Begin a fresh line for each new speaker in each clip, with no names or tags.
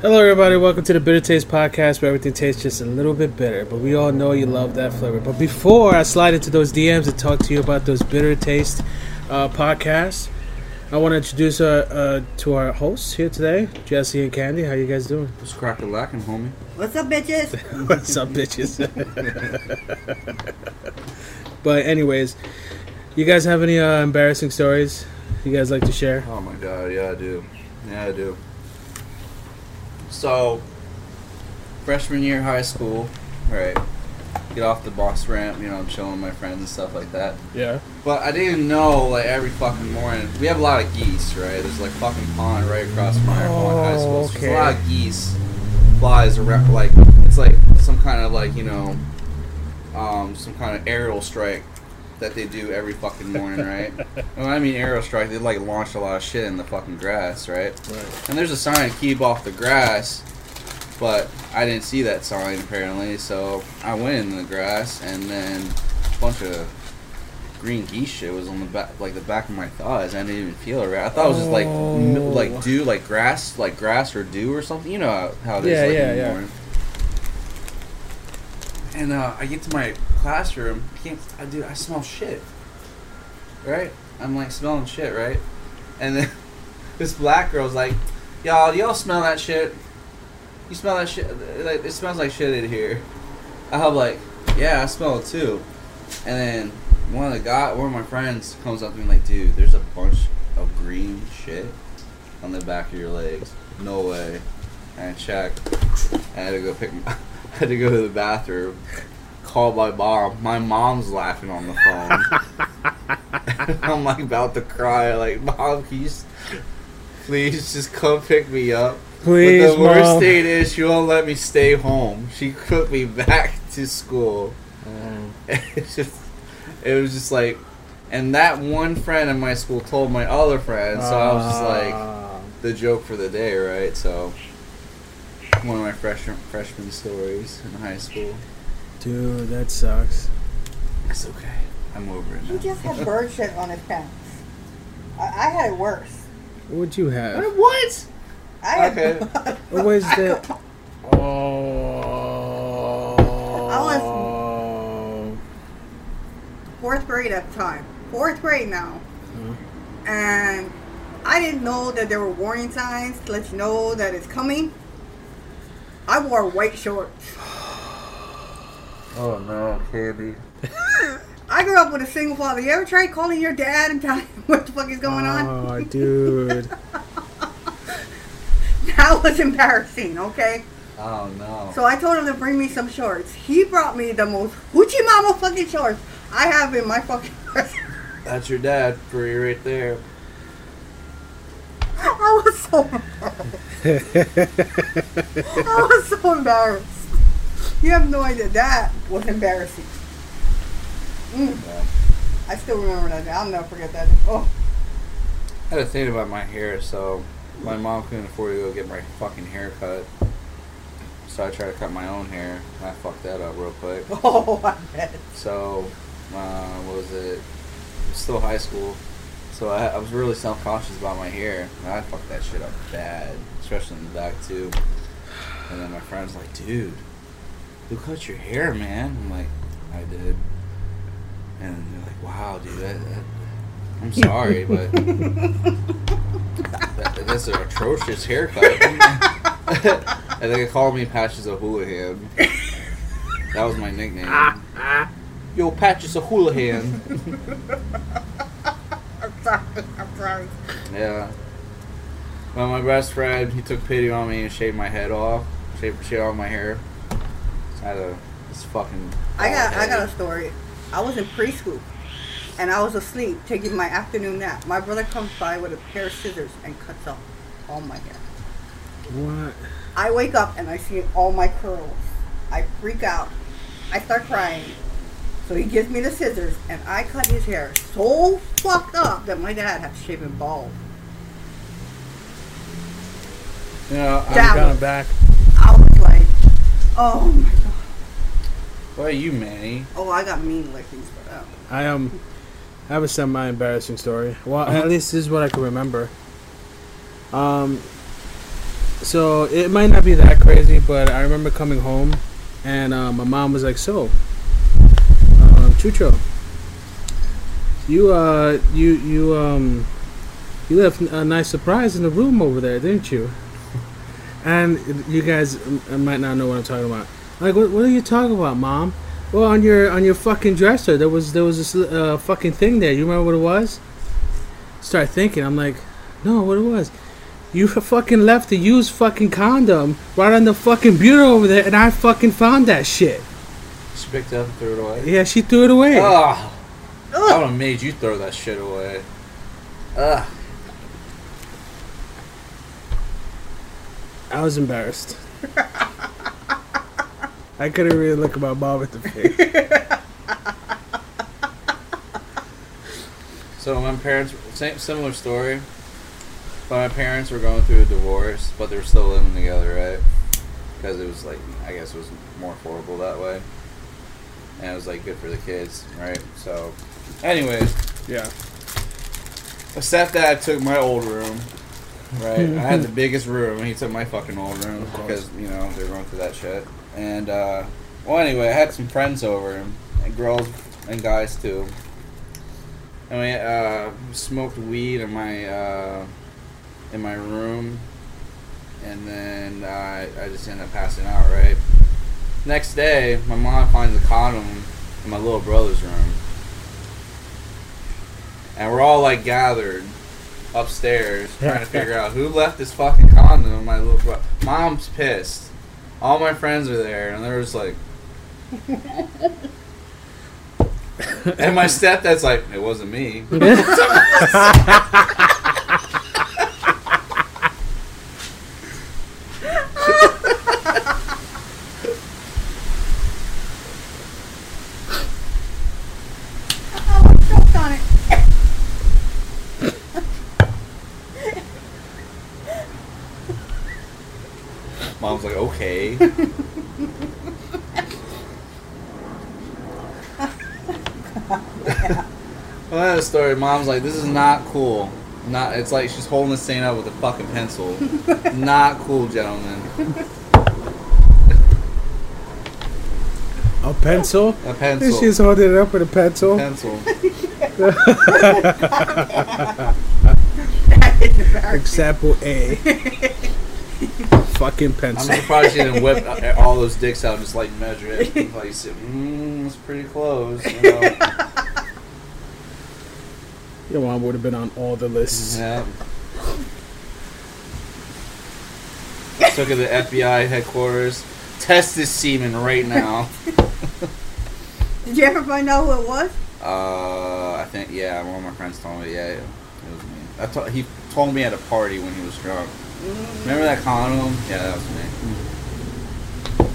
Hello, everybody. Welcome to the Bitter Taste Podcast, where everything tastes just a little bit bitter. But we all know you love that flavor. But before I slide into those DMs and talk to you about those Bitter Taste uh, podcasts, I want to introduce uh, uh, to our hosts here today, Jesse and Candy. How you guys doing?
It's crack a lacking, homie.
What's up, bitches?
What's up, bitches? but anyways, you guys have any uh, embarrassing stories you guys like to share?
Oh my god, yeah, I do. Yeah, I do. So, freshman year high school, right? Get off the box ramp, you know, I'm chilling with my friends and stuff like that.
Yeah.
But I didn't know, like, every fucking morning. We have a lot of geese, right? There's, like, fucking pond right across from our pond high school. So There's a lot of geese, flies around, like, it's like some kind of, like, you know, um, some kind of aerial strike that they do every fucking morning, right? and when I mean aerial strike, they, like, launch a lot of shit in the fucking grass, right? And there's a sign, keep off the grass, but I didn't see that sign apparently, so I went in the grass and then a bunch of green geese shit was on the back, like the back of my thighs. I didn't even feel it right. I thought it was just like, m-
Oh.
like dew, like grass, like grass or dew or something. You know how, how it is.
Yeah,
like,
yeah,
in the
yeah.
morning. And uh, I get to my classroom. I can't, I do. I smell shit. Right? I'm like smelling shit, right? And then this black girl's like, y'all, do y'all smell that shit? You smell that shit? Like it smells like shit in here. I'm like, yeah, I smell it too. And then one of the guy, one of my friends, comes up to me like, dude, there's a bunch of green shit on the back of your legs. No way. And I checked. I had to go pick. My, I had to go to the bathroom. Call my mom. My mom's laughing on the phone. I'm like about to cry. Like, mom, please, please just come pick me up.
Please,
but the worst
Mom.
thing is, she won't let me stay home. She took me back to school. It's just, it was just like, and that one friend in my school told my other friend, so I was just like the joke for the day, right? So, one of my freshman freshman stories in high school.
dude, that sucks.
It's okay. I'm over it now.
He just had bird shit on his pants. I, I had it worse.
What'd you have?
What? What?
I had.
Okay.
What was the?
I-
Oh.
fourth grade at the time. Fourth grade now. And I didn't know that there were warning signs to let you know that it's coming. I wore white shorts.
Oh no, Candy.
I grew up with a single father. You ever try calling your dad and telling him what the fuck is going on?
Oh, dude.
That was embarrassing, okay?
Oh no.
So I told him to bring me some shorts. He brought me the most hoochie mama fucking shorts I have in my fucking
That's your dad for you right there.
I was so I was so embarrassed. You have no idea. That was embarrassing. Mm,
Yeah.
I still remember that day. I'll never forget that. Oh,
I had a thing about my hair, so my mom couldn't afford to go get my fucking hair cut. So I tried to cut my own hair. I fucked that up real quick.
oh, I bet.
So, uh, what was it? It was still high school. So I, I was really self conscious about my hair. And I fucked that shit up bad, especially in the back too. And then my friend's like, "Dude, who cut your hair, man?" I'm like, "I did." And they're like, "Wow, dude, that, that, I'm sorry, but that, that's an atrocious haircut." and they called me Patches of Houlihan. That was my nickname. Yo, Patches of Houlihan.
I'm sorry. I'm sorry.
Yeah. Well, my best friend, he took pity on me and shaved my head off, shaved, shaved off my hair. I had a this fucking.
I got I
bald
got a
head.
story. I was in preschool and I was asleep taking my afternoon nap. My brother comes by with a pair of scissors and cuts off all my hair.
What?
I wake up and I see all my curls. I freak out. I start crying. So he gives me the scissors and I cut his hair so fucked up that my dad had to shave him bald.
You know, I-
That
Got
was-
him back.
I was like, oh my god.
what are you, Manny?
Oh, I got mean lickings for that.
I um, I have a semi
Uh-huh.
embarrassing story. Well, at least this is what I can remember. Um, so it might not be that crazy, but I remember coming home, and uh, my mom was like, "So, um, Chucho, you uh, you you um, you left a nice surprise in the room over there, didn't you?" And you guys uh, might not know what I'm talking about. Like, what, what are you talking about, mom? Well, on your on your fucking dresser, there was there was this uh, fucking thing there. You remember what it was? Start thinking. I'm like, no, what it was? You f- fucking left a used fucking condom right on the fucking bureau over there, and I fucking found that shit.
She picked it up and threw it away.
Yeah, she threw it away.
Ugh, I
Ugh.
would have made you throw that shit away. Ugh.
I was embarrassed. I couldn't really look at my mom at the face.
So my parents, same similar story. But my parents were going through a divorce, but they were still living together, right? Because it was like, I guess it was more affordable that way, and it was like good for the kids, right? So, anyways,
yeah.
my stepdad took my old room, right? I had the biggest room, and he took my fucking old room
Of course.
because you know they were going through that shit. And uh, well, anyway, I had some friends over, and girls and guys too. And we uh, smoked weed in my uh, in my room, and then uh, I just ended up passing out. Right. Next day, my mom finds a condom in my little brother's room, and we're all like gathered upstairs trying to figure out who left this fucking condom in my little brother. Mom's pissed. All my friends are there, and they're just like. and my stepdad's like, it wasn't me.
Oh, I choked on it.
Mom's like, okay. well, that's a story. Mom's like, this is not cool. Not. It's like she's holding this thing up with a fucking pencil. not cool, gentlemen.
A pencil?
A
She's
pencil.
holding it up with a pencil.
pencil.
That is embarrassing.
Example A. fucking
I'm
pencil.
surprised she didn't whip all those dicks out and just like measure it and place it. Mmm, it's pretty close. You know?
Your mom would have been on all the lists.
Yeah. Took it to the FBI headquarters. Test this semen right now.
Did you ever find out who it was?
Uh, I think yeah. One of my friends told me yeah, it was me. I told he told me at a party when he was drunk. Remember that condom? Yeah, that was me.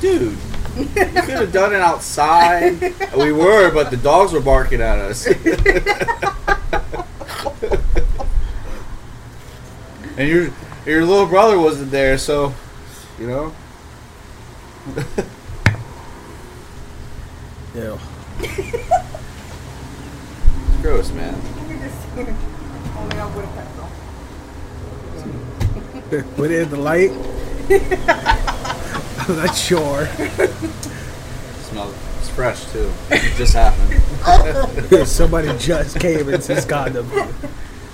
Dude, you could have done it outside. we were, but the dogs were barking at us. and your your little brother wasn't there, so you know.
Yeah.
It's gross, man.
Let me just see. Oh, no, with a pencil.
Put it in the light. I'm not sure.
smells. It's fresh too. It just happened.
Somebody just came and just condom.
I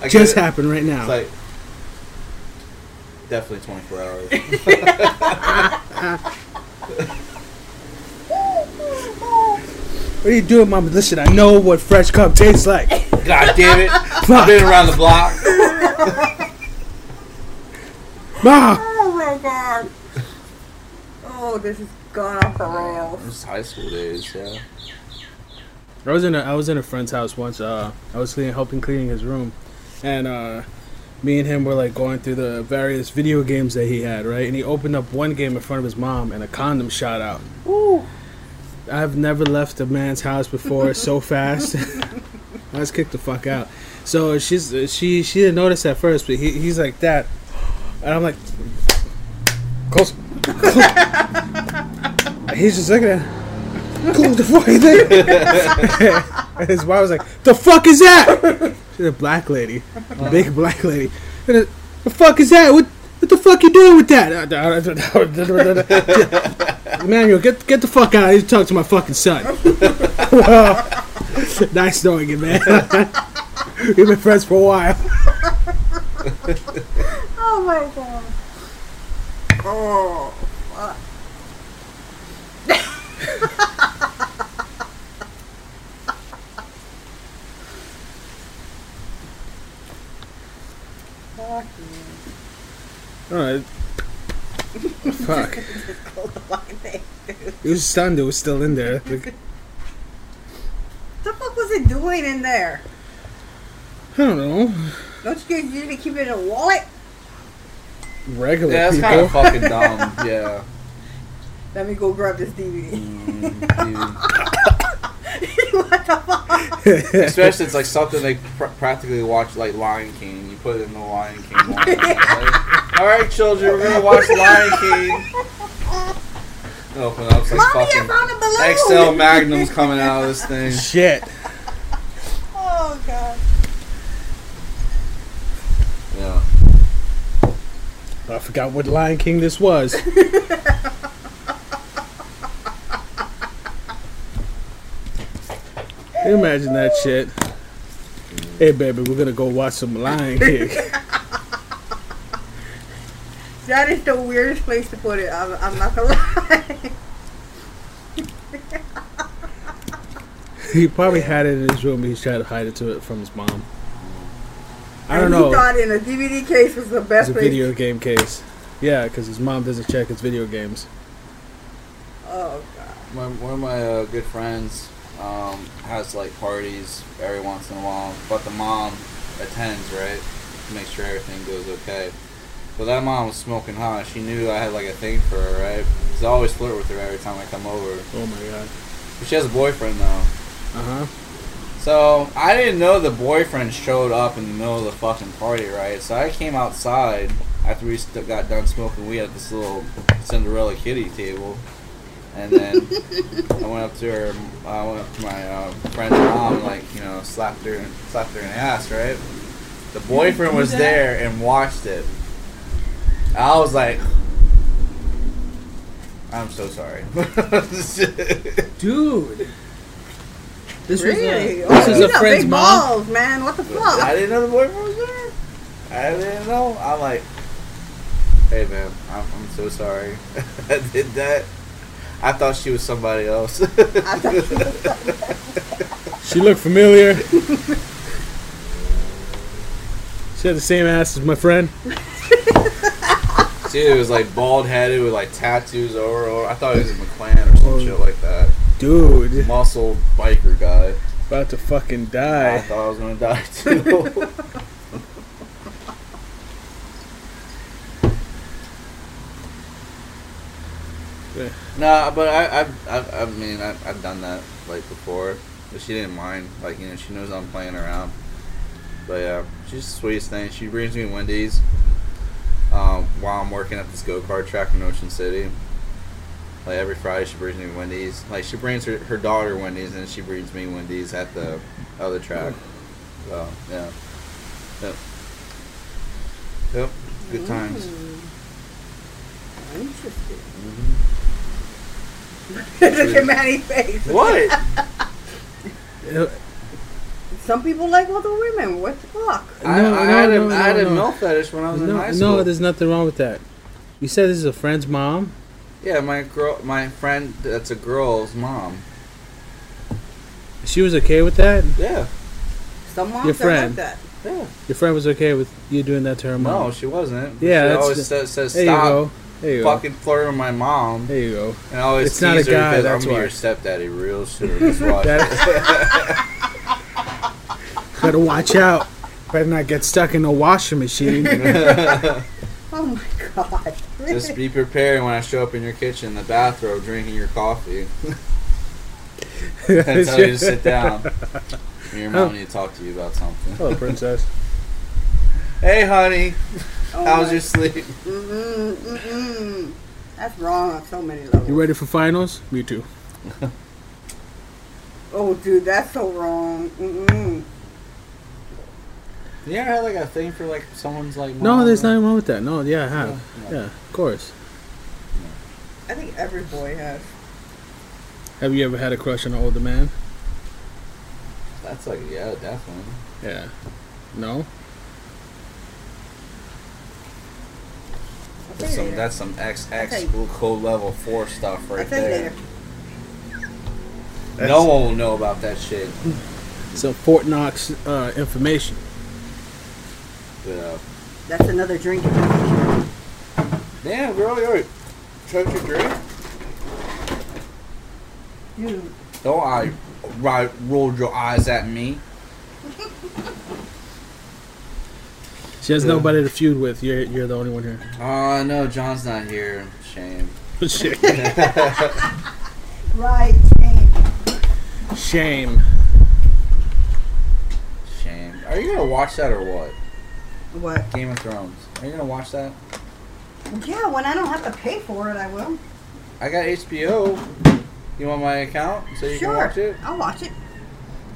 Just
could've-
happened right now.
It's like definitely 24 hours.
what are you doing, mama? Listen, I know what fresh cum tastes like.
God damn it! I've been around the block.
Ma,
Oh my god. Oh, this is gone off the rails.
It's high school days, yeah.
I was in a I was in a friend's house once. Uh, I was cleaning, helping cleaning his room, and uh, me and him were like going through the various video games that he had, right? And he opened up one game in front of his mom, and a condom shot out.
Ooh.
I've never left a man's house before so fast. I was kicked the fuck out. So she's she she didn't notice at first, but he, he's like that, and I'm like, close. he's just looking at. her, Close the fucking thing. and his wife was like, "The fuck is
Uh-huh.
that?" She's a black lady, a big black lady. And it, the fuck is that? What? What the fuck you doing with that? Emmanuel, get get the fuck out! I need to talk to my fucking son. nice knowing you, man. We've been friends for a while.
Oh my god. Oh. fuck. Fuck you.
All right. Fuck.
Hold the fucking thing, dude.
It was stunned. It was still in there. Like,
The fuck was it doing in there?
I don't know.
Don't you guys usually keep it in a wallet?
Regular
Yeah, that's
people.
kind of fucking dumb. Yeah.
Let me go grab this DVD.
Mm, dude.
what the fuck?
Especially it's like something they pr- practically watch like Lion King. You put it in the Lion King. Line, like, All right, children, we're gonna watch Lion King. Open up, it's like
Mommy, I
fucking
found a balloon!
XL Magnum's coming out of this thing.
Shit.
Oh god.
Yeah.
I forgot what Lion King this was. Imagine that shit. Hey, baby, we're gonna go watch some Lion King.
That is the weirdest place to put it. I'm, I'm not gonna lie.
he probably had it in his room. He's trying to hide it to it from his mom. I don't
And
know.
He thought in a DVD case was the
It's
best
a
place.
video game case. Yeah, because his mom doesn't check his video games.
Oh god.
My, one of my uh, good friends um, has like parties every once in a while, but the mom attends, right? To make sure everything goes okay. But that mom was smoking hot. She knew I had like a thing for her, right? Because I always flirt with her every time I come over.
Oh my god.
But she has a boyfriend though.
Uh huh.
So I didn't know the boyfriend showed up in the middle of the fucking party, right? So I came outside after we st- got done smoking weed at this little Cinderella kitty table, and then I went up to her. I went up to my uh, friend's mom, like you know, slapped her, slapped her in the ass, right? The boyfriend was there and watched it. I was like, I'm so sorry.
Dude. This
Really?
was a,
Oh,
this is
you
a
got
friend's
big
mom.
balls, man. What the
I
fuck?
didn't know the boyfriend was there. I didn't know. I'm like, hey man, I'm, I'm so sorry. I did that. I thought she was somebody else.
I thought she was
She looked familiar. she had the same ass as my friend.
Dude, it was like bald headed with like tattoos over. over. I thought he was in McLaren or some shit like that.
Dude,
Muscle biker guy.
about to fucking
I
die.
thought I was gonna die too.
Yeah.
nah, but I, I've, I've, I mean, I, I've done that like before, but she didn't mind. Like you know, she knows I'm playing around. But yeah, she's the sweetest thing. She brings me Wendy's um, while I'm working at this go kart track in Ocean City. Like every Friday, she brings me Wendy's. Like she brings her, her daughter Wendy's, and she brings me Wendy's at the other track. So yeah, yep, yep. Good times.
Interesting.
hmm
Look at Manny's face.
What?
Uh,
Some people like older women. What the fuck?
I,
No,
I
no,
had a,
no,
I had
no,
a
no.
milk fetish when I was in
No,
high school.
no, there's nothing wrong with that. You said this is a friend's mom?
yeah, my girl, my friend, that's a girl's mom.
She was okay with that?
Yeah,
Some moms
Your
don't like
friend.
that.
yeah.
Your friend was okay with you doing that to her mom?
No, she wasn't.
Yeah,
she
that's
always
the-
says, says
There you
stop
go. There you go.
fucking flirting with my mom.
There you go.
And I always
It's not a
tease her
guy,
because
that's
I'm gonna be
why.
your stepdaddy real soon. Just watch.
Better watch out. Better not get stuck in a washing machine.
Oh my god.
Just be prepared when I show up in your kitchen, in the bathrobe, drinking your coffee. and tell you to sit down. Your
Oh.
mom need to talk to you about something.
Hello, Oh, princess.
Hey, honey,
Oh
how was
my-
your sleep?
Mm-mm, mm-mm. Mm-hmm, That's wrong on so many levels.
You ready for finals? Me too.
Mm-hmm. Oh, dude, that's so wrong. Mm-mm.
You ever had like a thing for like someone's like?
No,
mom
there's
or-
nothing wrong with that. No, yeah, I
No,
have.
no.
Yeah, of course.
I think every boy has.
Have you ever had a crush on an older man?
That's like yeah, definitely.
Yeah. No?
I'll
That's
tell you
some,
later.
that's some XX
Okay.
school code level four stuff
I'll
right
tell you
there.
later.
No one will know about that shit.
Some Fort Knox uh, information.
But, uh,
That's another drink. if you want to
damn, girl, you already chug your drink?
share. You-
Don't I right, rolled your eyes at me.
She has
Yeah.
nobody to feud with. You're you're the only one here.
Oh, no, John's not here. Shame.
Shame.
Right. Shane.
Shame.
Shame. Are you gonna watch that or what?
What?
Game of Thrones. Are you gonna watch that?
Yeah, when I don't have to pay for it, I will.
I got HBO. You want my account so you
sure.
can watch it?
I'll watch it.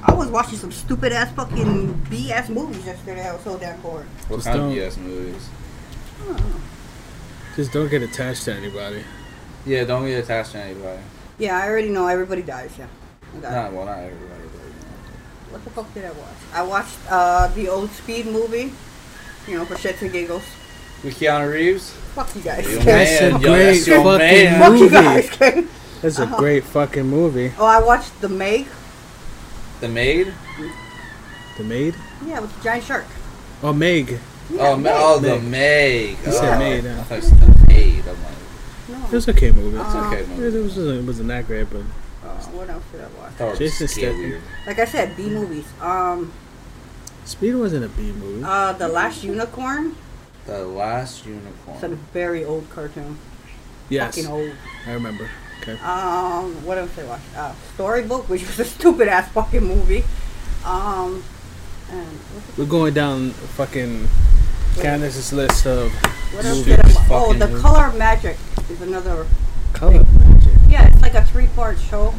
I was watching some stupid ass fucking BS movies yesterday. I was so damn bored.
What
Just
kind
don't.
of BS movies?
Just don't get attached to anybody.
Yeah, don't get attached to anybody.
Yeah, I already know everybody dies. Yeah. I got it.
Not well, not everybody. But,
What the fuck did I watch? I watched uh, the old Speed movie. You know, for shits and giggles.
you know. With Keanu Reeves.
Fuck you guys.
You
That's a
Okay?
Man, yo, that's
great
your
fucking
man.
Fuck you
movie.
guys. okay?
That's a
Uh-huh.
great fucking movie.
Oh, I watched The Meg.
The maid.
The Maid?
Yeah, with the giant shark.
Oh, Meg.
Yeah,
oh, ma- oh, the
Maid.
maid.
You said
Oh,
maid,
I
huh?
thought you said the maid. I'm like,
No.
It was an okay movie.
it's
Uh,
okay,
it,
man.
was, it, was, it wasn't that great, but
Uh, what else did I watch?
I thought it was
Jason
scary.
Statham.
Like I said, B movies. Um,
Speed wasn't a B movie.
uh, The Last Unicorn.
The last unicorn.
It's a very old cartoon.
yes,
Fucking old.
I remember. Okay.
Um, what else did I watch? Uh, Storybook, which was a stupid ass fucking movie. Um, and
We're going down fucking Candace's list of
what else
Stupid
did I watch? Oh,
fucking
The
movie.
Color of Magic is another.
color magic.
Yeah, it's like a three part show.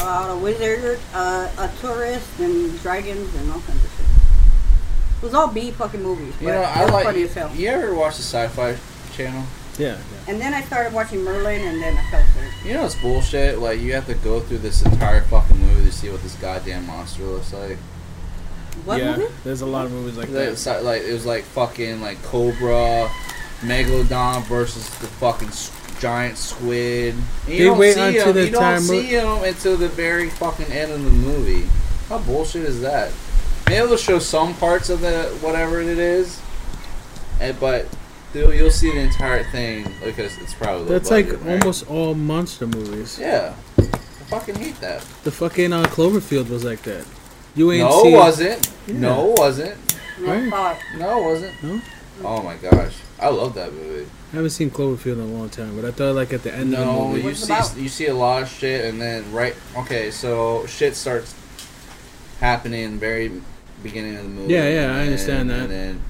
Uh, a wizard, uh, a tourist, and dragons, and all kinds of shit. It was all B fucking movies, but
You know, I
it was
like.
funny as hell.
You ever watch the Sci-Fi Channel?
Yeah.
And then I started watching Merlin, and then I fell for it.
You know it's bullshit. Like you have to go through this entire fucking movie to see what this goddamn monster looks like.
What
yeah.
movie?
There's a lot of movies like
Like,
that.
it's not- like it was like fucking like Cobra, Megalodon versus the fucking s- giant squid. And
They
You don't
wait
see
until
them.
the
You don't
time mo-
see them until the very fucking end of the movie. How bullshit is that? Maybe they'll show some parts of the whatever it is, and, but you'll, you'll see the entire thing because it's probably low
That's like
budget, right?
almost all monster movies.
yeah. I fucking hate that.
The fucking uh, Cloverfield was like that. You ain't
No,
seen
it wasn't. No,
Yeah.
it wasn't.
No,
Right.
fuck.
No, it wasn't.
No?
Oh my gosh, I love that movie.
I haven't seen Cloverfield in a long time, but I thought like at the end of the
No,
movie.
you
What's it
see,
about?
you see a lot of shit, and then right. Okay, so shit starts happening in the very beginning of the movie.
Yeah, yeah, I
and-
understand that.
And then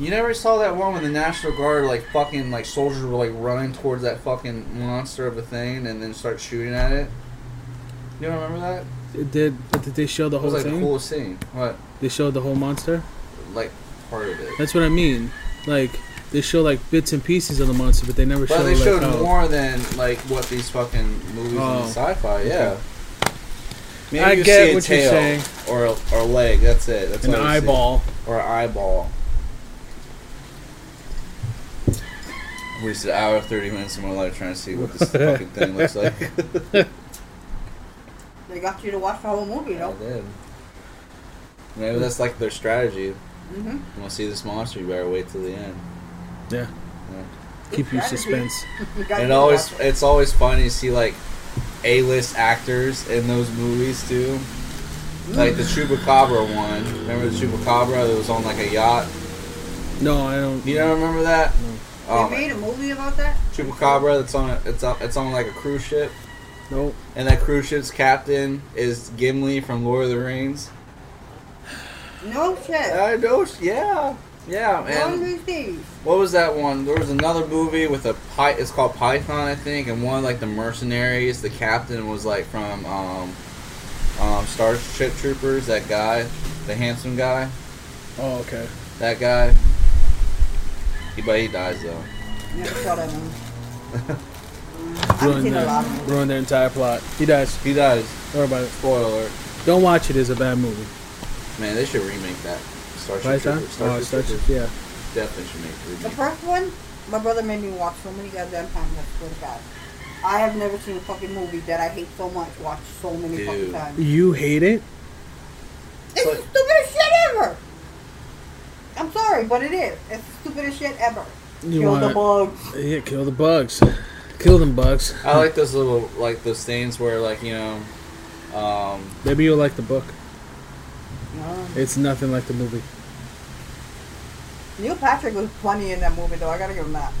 you never saw that one when the National Guard, like fucking, like soldiers were like running towards that fucking monster of a thing, and then start shooting at it. You don't remember that?
It did did they show the
It was
whole
like the
thing?
coolest scene. What?
They showed the whole monster?
Like part of it.
That's what I mean. Like they show like bits and pieces of the monster, but they never show
But they
like
showed
how-
more than like what these fucking movies
Oh.
and sci-fi. Yeah. Maybe
I
you
get
see a
what you're
tail
saying.
Or a, or a leg. That's it. That's
an
all you see.
eyeball.
Or an eyeball. Wasted an hour thirty minutes of my life trying to see what this fucking thing looks like.
They got you to watch the whole movie,
I
though.
did. Maybe that's like their strategy. You
Mm-hmm.
want to see this monster? You better wait till the end.
Yeah.
Yeah.
Keep you in suspense.
You got
And
to
it always
watch it.
it's always funny to see like A list actors in those movies too.
Mm.
Like the Chupacabra one. Remember the Chupacabra that was on like a yacht?
No, I don't
You don't remember that?
No.
Oh,
Mm. they
man.
made a movie about that.
Chupacabra that's on a, it's on, it's on like a cruise ship.
no.
And that cruise ship's captain is Gimli from Lord of the Rings.
No shit.
I know, yeah. Yeah,
One of
man.
these days.
What was that one? There was another movie with a pi- it's called Python, I think, and one of, like the mercenaries, the captain was like from um um Starship Troopers, that guy, the handsome guy.
Oh, okay.
That guy. He, but he dies though.
Never saw that one. I've seen
their,
a lot of them.
ruined their entire plot. He dies.
He dies.
Don't worry about it.
Spoiler alert.
Don't watch it. It's a bad movie.
Man, they should remake that. Starship
Right, Tom?
Troopers.
Oh,
Starship
Starship.
Troopers.
Yeah.
Definitely should make
The
remake.
first one, my brother made me watch so many goddamn times. I swear to God, I have never seen a fucking movie that I hate so much. Watch so many fucking
Dude.
times.
You hate it?
It's the stupidest shit ever. I'm sorry, but it is. It's the stupidest shit ever.
You
Kill
wanna-
the bugs.
Yeah, kill the bugs. Kill them bugs.
I like those little like those things where like you know, um,
Maybe you'll like the book.
No.
It's nothing like the movie.
Neil Patrick was funny in that movie, though. I gotta give him that.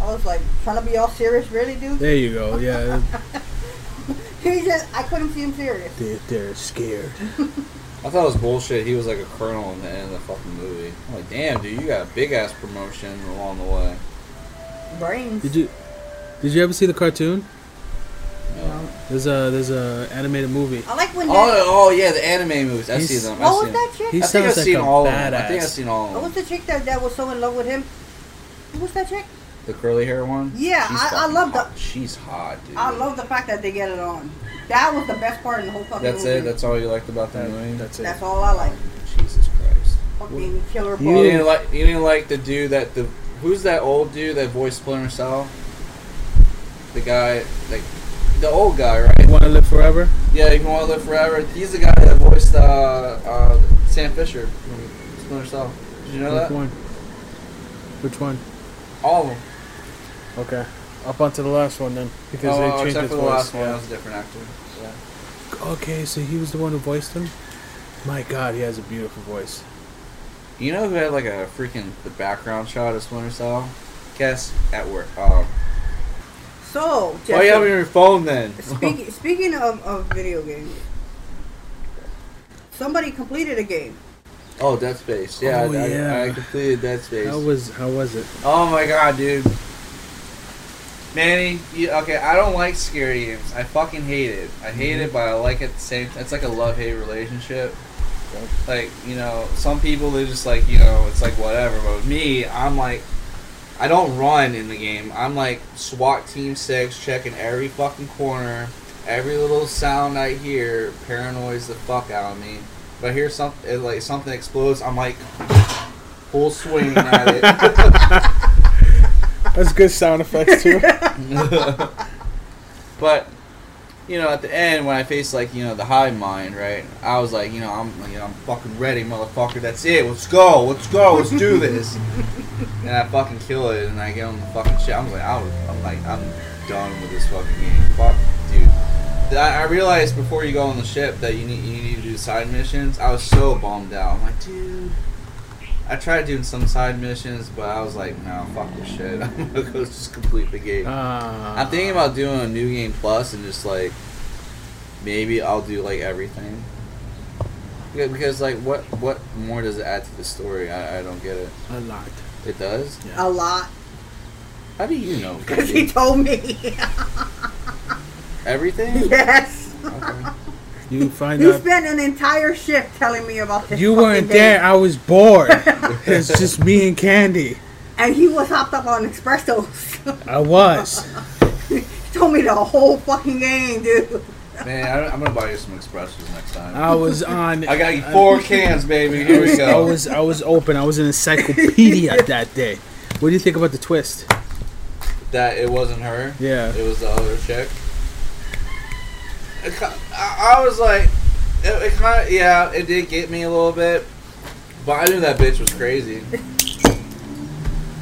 I was like trying to be all serious, really, dude.
There you go. Yeah,
He just, I couldn't see him serious.
they're, they're scared.
I thought it was bullshit. He was like a colonel in the end of the fucking movie. I'm like, damn, dude, you got a big ass promotion along the way.
Brains.
Did you? Did you ever see the cartoon?
No.
There's a there's a animated movie.
I like when.
Oh,
that-
oh yeah, the anime movies. I see
He's-
them. I
what
see
was
them.
that chick?
He
I think I've
sounds like
seen
a
all of them. I think
badass.
I've seen all of
What
them.
was the chick that, that was so in love with him? Who was that chick?
The curly hair one.
Yeah, I- I
fucking
love
hot.
that.
She's hot, dude.
I love the fact that they get it on. That was the best part in the whole fucking
That's
movie.
it. That's all you liked about that movie.
That's it.
That's all I like.
Jesus Christ.
Fucking killer
Oh,
You
bugs.
didn't like. You didn't like the dude that the. Who's that old dude that voiced Splinter Cell? The guy, like, the old guy, right?
You want to live forever?
Yeah, you want to live forever. He's the guy that voiced uh, uh, Sam Fisher from Splinter Cell. Did you know
Which
that?
one? Which one?
All of them.
Okay. Up onto the last one then, because
oh,
they changed
except
his
for the
voice.
last one.
yeah.
That was a different actor. Yeah.
Okay, so he was the one who voiced him. My God, he has a beautiful voice.
You know who had like a freaking the background shot of Splinter Cell? Guess at work. Um,
So,
why you have it on
Jesse,
your phone then?
speak, speaking of, of video games, somebody completed a game.
oh, Dead Space. Yeah,
Oh,
I, I-
yeah.
I completed Dead Space.
How was how was it?
oh my god, dude. Manny, you, okay, I don't like scary games. I fucking hate it. I hate it, but I like it at the same. It's like a love hate relationship. Like you know, some people they just like you know, it's like whatever. But with me, I'm like, I don't run in the game. I'm like SWAT Team Six, checking every fucking corner, every little sound I hear paranoids the fuck out of me. If I hear something like something explodes, I'm like full swing at it.
That's good sound effects too.
But you know, at the end when I faced like you know the hive mind, right? I was like, you know, I'm you know, I'm fucking ready, motherfucker. That's it. Let's go. Let's go. Let's do this. and I fucking kill it, and I get on the fucking shit. I'm like, I was, I'm like, I'm done with this fucking game. Fuck, dude. Th- I I realized before you go on the ship that you need you need to do side missions. I was so bummed out. I'm like, dude. I tried doing some side missions, but I was like, no, fuck this shit. I'm gonna go just complete the game.
Ah.
I'm thinking about doing a new game plus and just like maybe I'll do like everything. Yeah, because like what what more does it add to the story? I, I don't get it.
Ah, a lot.
It does.
A lot.
How do you know?
Because he
Cody?
told me.
Everything.
yes.
Okay.
You find
He
out.
spent an entire shift telling me about this
You
fucking
weren't
game.
there. I was bored. it's just me and Candy.
And he was hopped up on expressos.
I was.
he told me the whole fucking game, dude.
Man, I, I'm gonna buy you some expressions next time.
I was on.
I got you four cans, baby. Here we
I
go.
was. I was open. I was an encyclopedia that day. What do you think about the twist?
That it wasn't her.
Yeah.
It was the other chick. It ki- I I was like, it, it kind of, yeah, it did get me a little bit, but I knew that bitch was crazy.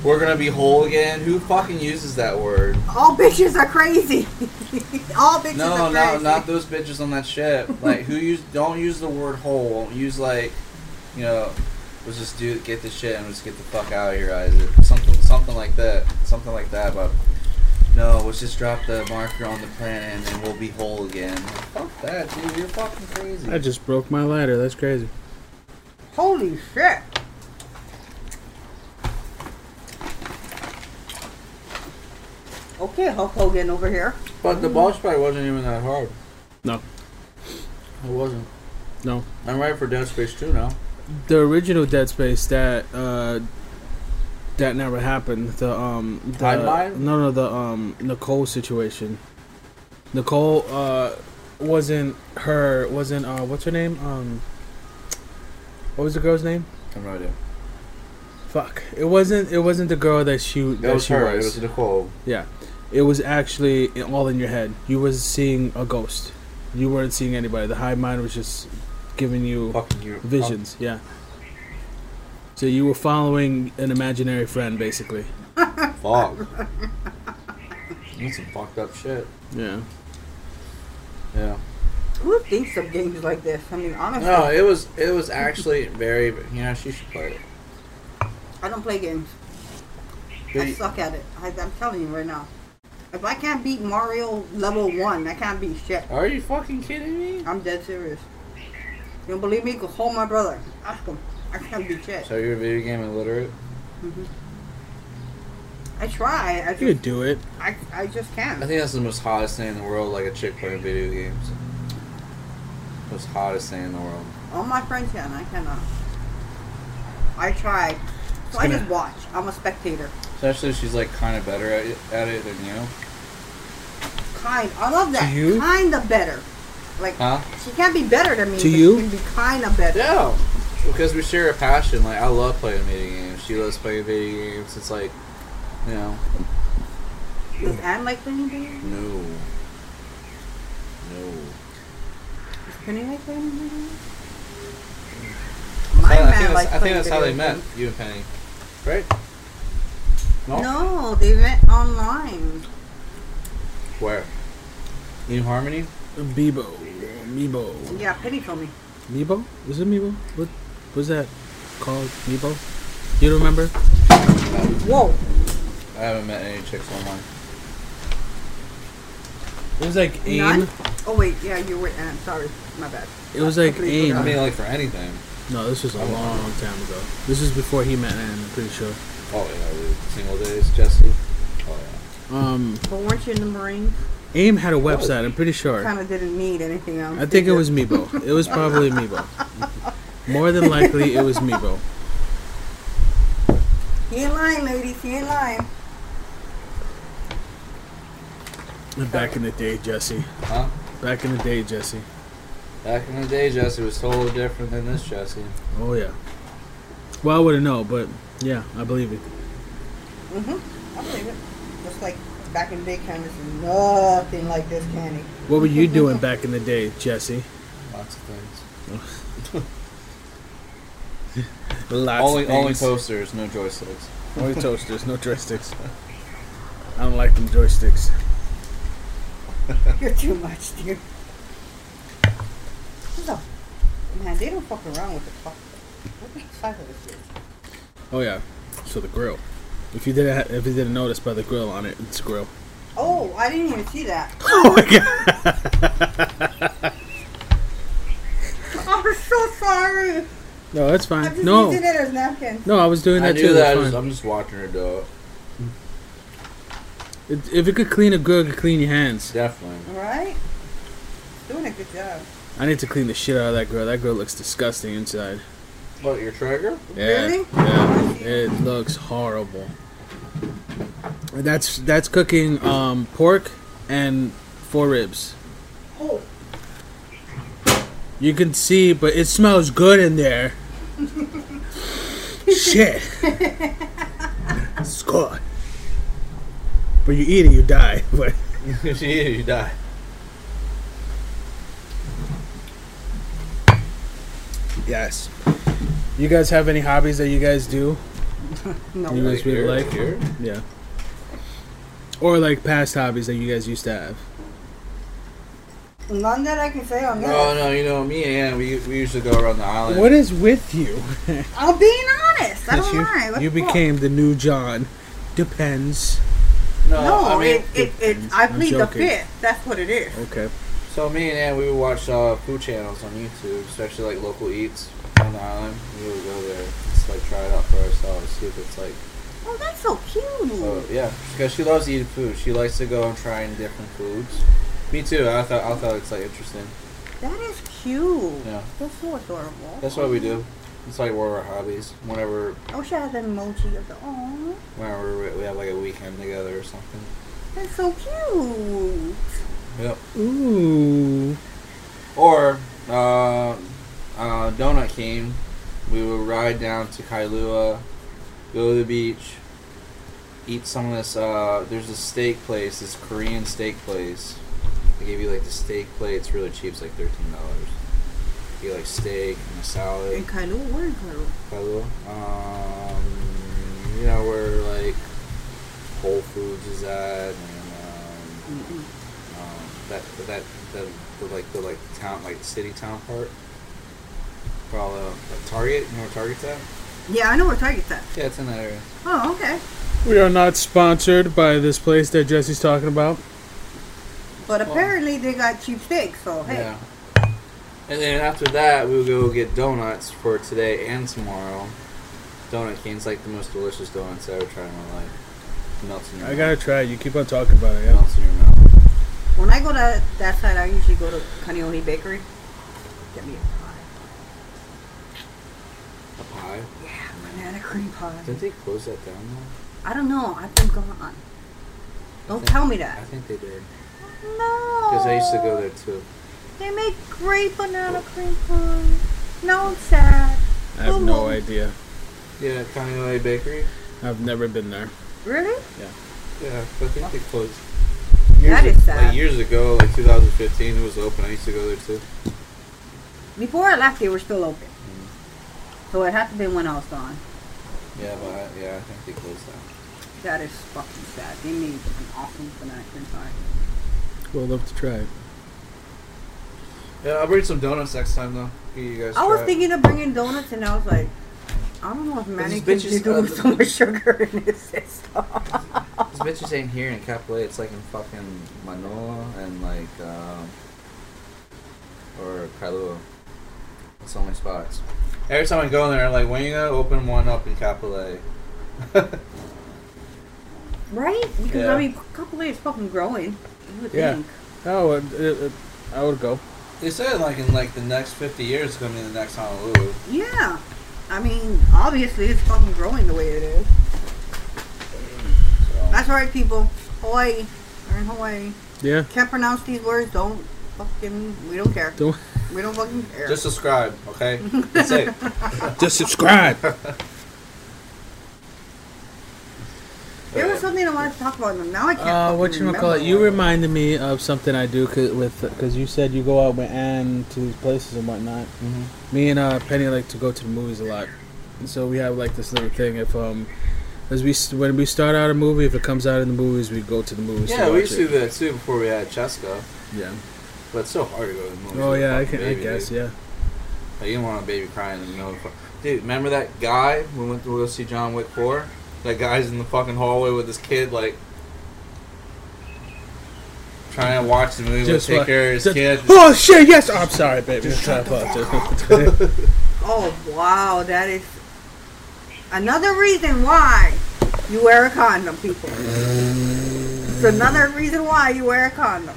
We're gonna be whole again. Who fucking uses that word?
All bitches are crazy. All bitches
No,
are
not
crazy.
not those bitches on that ship. Like who use? Don't use the word whole. Use like, you know, let's just do get the shit and just get the fuck out of here, Isaac. Something something like that. Something like that. But no, let's just drop the marker on the planet and then we'll be whole again. Fuck that, dude. You're fucking crazy.
I just broke my lighter. That's crazy.
Holy shit. Okay, Hulk Hogan over here.
but the boss fight wasn't even that hard.
No.
It wasn't.
No.
I'm right for Dead Space 2 now.
the original Dead Space that uh, that never happened. The um the
Timeline?
no no the um Nicole situation. Nicole uh wasn't her wasn't uh what's her name um what was the girl's name?
I have no idea.
Fuck! It wasn't it wasn't the girl that she
It
that
was
she
her.
was.
It was Nicole.
it was actually in- all in your head. You was seeing a ghost. You weren't seeing anybody. The high mind was just giving you
Fucking you.
visions. Yeah. So you were following an imaginary friend, basically.
Fuck. That's some fucked up shit.
Yeah.
Yeah.
Who thinks of games like this? I mean, honestly,
No, it was it was actually very. You know, she should play it.
I don't play games. I
But
suck at it. I, I'm telling you right now. If I can't beat Mario level one, I can't beat shit.
Are you fucking kidding me?
I'm dead serious. You don't believe me? Go call my brother. Ask him. I can't beat shit.
So you're a video game illiterate?
I try. I
You could
just,
do it.
I, I just
I
can't.
think that's the most hottest thing in the world, like a chick playing video games. Most hottest thing in the world.
All my friends can. I cannot. I try. So I
gonna-
just watch. I'm a spectator.
Especially if she's like kind of better at it, at it than you.
Kind. I love that.
you?
Kind of better. Like,
Huh?
she can't be better than me.
To
but
you?
She can be kind of better.
Yeah. Because we share a passion. Like I love playing video games. She loves playing video games. It's like, you know,
Does Anne like playing games?
no, no.
Does Penny like playing games?
I
My
think
man
that's-
likes
I think
playing
that's how they
video
met.
games.
You and Penny, right? No.
No, they met online.
Where? New Harmony.
Bebo. Mebo.
Yeah, Penny told me.
Mebo? Was it Mebo? What was that called? Mebo? You don't remember?
Whoa.
I haven't met any chicks online.
It was like
None?
AIM.
Oh wait, yeah, you were Anne. Sorry, my bad.
It was like
Completely
AIM.
I mean, like for anything.
No, this was a long time ago. This is before he met Anne, I'm pretty sure.
Oh yeah, dude. single days, Jesse. Oh yeah.
Um,
But weren't you in the Marines?
AIM had a website, I'm pretty sure.
Kind of didn't need anything else.
I think
did
it
you?
was Meebo. It was probably Meebo. More than likely, it was Meebo.
He ain't lying, ladies. He ain't lying.
Back in the day, Jesse.
Huh?
Back in the day, Jesse.
Back in the day, Jesse was totally different than this Jesse.
Oh yeah. Well, I wouldn't know, but yeah, I believe it.
I believe it. Just like back in the day, Candace is nothing like this candy.
What were you doing back in the day, Jesse?
Lots of things.
Lots of
Only only
things.
posters, no joysticks.
only toasters, no joysticks. I don't like them joysticks.
You're too much, dude. This is a- Man, they don't fuck around with the fuck. Look at the size of this dude.
Oh yeah, so the grill. If you didn't, ha- if you didn't notice by the grill on it, it's grill.
Oh, I didn't even see that.
Oh my god!
I'm so sorry.
No, that's
I'm
fine.
just
No,
using it as napkins.
no, I was doing
I
that
knew
too.
that. I
that's
just,
fine.
I'm just watching her do it.
If- If you could clean a grill, you could clean your hands.
Definitely.
Right? Doing a good job.
I need to clean the shit out of that grill. That grill looks disgusting inside.
What your trigger?
Yeah,
Really?
yeah, it looks horrible. That's that's cooking um, pork and four ribs.
Oh,
You can see, but it smells good in there. Shit, it's good. But you eat it, you die. But
If you eat it, you die.
yes. You guys have any hobbies that you guys do?
no.
You guys
Like
really
here,
like?
here?
Yeah. Or like past hobbies that you guys used to have.
None that I can say on that.
Oh, No, no. You know me and Ann, we we usually go around the island.
What is with you?
I'm being honest. I
Yes,
don't
you,
lie. What
you
the fuck?
became the new John. Depends.
No,
No,
I mean,
it, it, it, I
I'm
plead the
joking.
fifth. That's what it is.
Okay.
so me and Ann, we would watch uh, food channels on YouTube, especially like local eats on the island. We would go there, just like try it out for ourselves, see if it's like.
Oh, that's so cute.
Uh, yeah, because she loves eating food. She likes to go and try different foods. Me too. I thought I thought it's like interesting.
That is cute.
Yeah,
That's so adorable.
that's what we do. It's like one of our hobbies. Whenever,
I wish I had that emoji of the oh,
whenever we- we have like a weekend together or something.
that's so cute.
Yep.
Ooh.
Or, uh, uh, Donut King, we would ride down to Kailua, go to the beach, eat some of this. Uh, there's a steak place, this Korean steak place. They give you like the steak plate. It's really cheap. It's like thirteen dollars. You get like steak and a salad.
And Kylo, where in Kylo?
Hello. Um, you know where like Whole Foods is at, and um,
Mm-mm.
um, that that the, the like the like town like city town part. Probably uh, like Target. You know where Target's at?
Yeah, I know where Target's at.
Yeah, it's in that area.
Oh, okay.
We are not sponsored by this place that Jesse's talking about.
But apparently they got cheap steaks, so hey.
Yeah. And then after that, we would go get donuts for today and tomorrow. Donut King's like the most delicious donuts I ever tried in my life. Melts in your
I
mouth.
gotta try it. You keep on talking about it. Yeah.
Melts in your mouth.
When I go to that side, I usually go to Kaneohe Bakery. Get me a pie.
A pie.
Yeah, banana cream pie.
Didn't they close that down though?
I don't know. I've been gone. Don't tell me that.
I think they did.
No.
Because I used to go there too.
They make great banana cream pie. No, I'm sad.
I have no
Ooh.
idea.
Yeah, Kaneohe Bakery.
I've never been there.
Really?
Yeah, but I think they closed.
That is sad.
Like years ago, like 2015, it was open. I used to go there too.
Before I left, they were still open. So it had to be when I was gone.
Yeah, but I, yeah, I think they closed down.
That is fucking sad. They made an awesome banana cream pie.
We'll love to try it.
Yeah, I'll bring some donuts next time though. Give you guys.
I was
try it.
thinking of bringing donuts, and I was like, I don't know if Manny can
bitches-
do with so much sugar in his system.
This bitch is ain't here in Capulay. It's like in fucking Manoa and like um, or Kailua. It's the only spots. Every time I go in there, I'm like, when you gonna open one up in Capulay?
right? Because
Yeah.
I mean, Capulay is fucking growing. You would
Yeah.
think.
Oh, it, it, it, I would go.
They said like in like the next 50 years, it's gonna be the next Honolulu.
Yeah. I mean, obviously, it's fucking growing the way it is.
So.
That's all right, people. Hawaii. We're in Hawaii.
Yeah.
Can't pronounce these words. Don't fucking. We don't care.
Don't-
We don't fucking care.
Just subscribe, okay? That's it.
Just Uh, subscribe.
there was something I wanted to talk about. and Now I can't.
Uh,
fucking
what you call it?
remember
You
what it
reminded me of something I do cause, with because you said you go out with Anne to these places and whatnot.
Mhm.
Me and uh, Penny like to go to the movies a lot, and so we have like this little thing. If um, as we s- when we start out a movie, if it comes out in the movies, we go to the movies.
Yeah,
to
we
watch
used to
it.
do that too before we had Cheska.
Yeah.
But it's so hard to go to the movies.
Oh
with a
yeah, I
fucking
can. I
baby,
guess
Dude.
yeah.
Like, you don't want a baby crying in the middle of the Dude, remember that guy? We went to go see John Wick 4? That guy's in the fucking hallway with his kid, like. Trying to watch the movie,
Just
take
what-
care of his
just-
kid.
Oh shit! Yes, I'm sorry, baby. I'm trying to apologize.
Oh wow, that is another reason why you wear a condom, people. It's another reason why you wear a condom.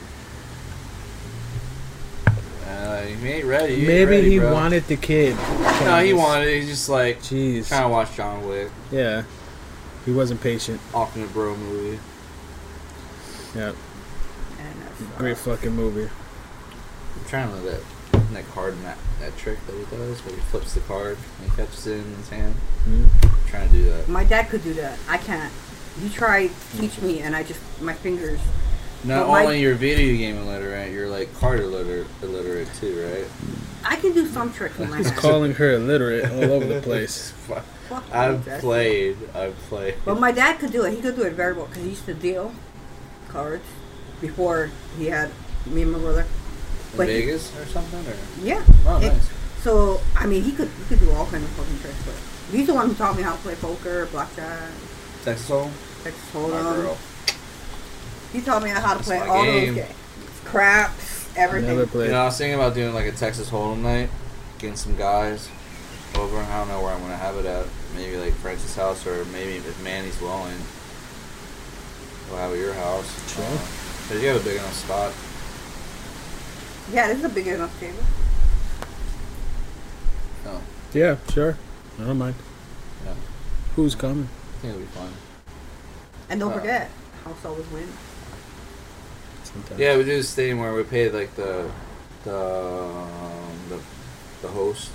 Uh, he ain't ready. He ain't
Maybe
ready,
he
bro.
wanted the kid.
No, he wanted. it. He's just like
Jeez.
trying to watch John Wick,
Yeah. He wasn't patient.
off in a bro movie.
Yeah.
And that's,
Great fucking movie.
I'm trying to know that that card map, that trick that he does, where he flips the card and he catches it in his hand.
Mhm.
Mm-hmm.
I'm trying to do that.
my dad could do that. I can't. He tried to teach me, and I just my fingers.
Not
But my-
only your video game illiterate, you're like card illiterate, illiterate too, right?
I can do some tricks with my
He's
hands.
calling her illiterate all over the place.
Fuck.
Fuck you,
I've
Jack.
played. I've played.
But my dad could do it. He could do it very well because he used to deal cards before he had me and my brother.
In
But he-
Vegas or something? Or?
yeah.
Oh,
It-
nice.
So I mean, he could he could do all kinds of fucking tricks. But he's the one who taught me how to play poker, blackjack,
Texas Hold'em?
Texas
My
Hold'em.
girl.
He taught me how to
That's
play
my
all
game.
those games, craps, everything.
Never
You
played.
know, I was thinking about doing like a Texas Hold'em night, getting some guys over. I don't know where I'm gonna have it at. Maybe like Francis' house, or maybe if Manny's willing, we'll have it at your house.
Sure.
Uh, 'cause you have a big enough spot.
Yeah, this is a big enough table.
No.
Yeah, sure. I don't mind.
Yeah.
Who's coming?
I think it'll be fun.
And don't
Uh,
forget, house always wins.
Sometimes.
Yeah, we do this thing where we pay like the the um, the, the host.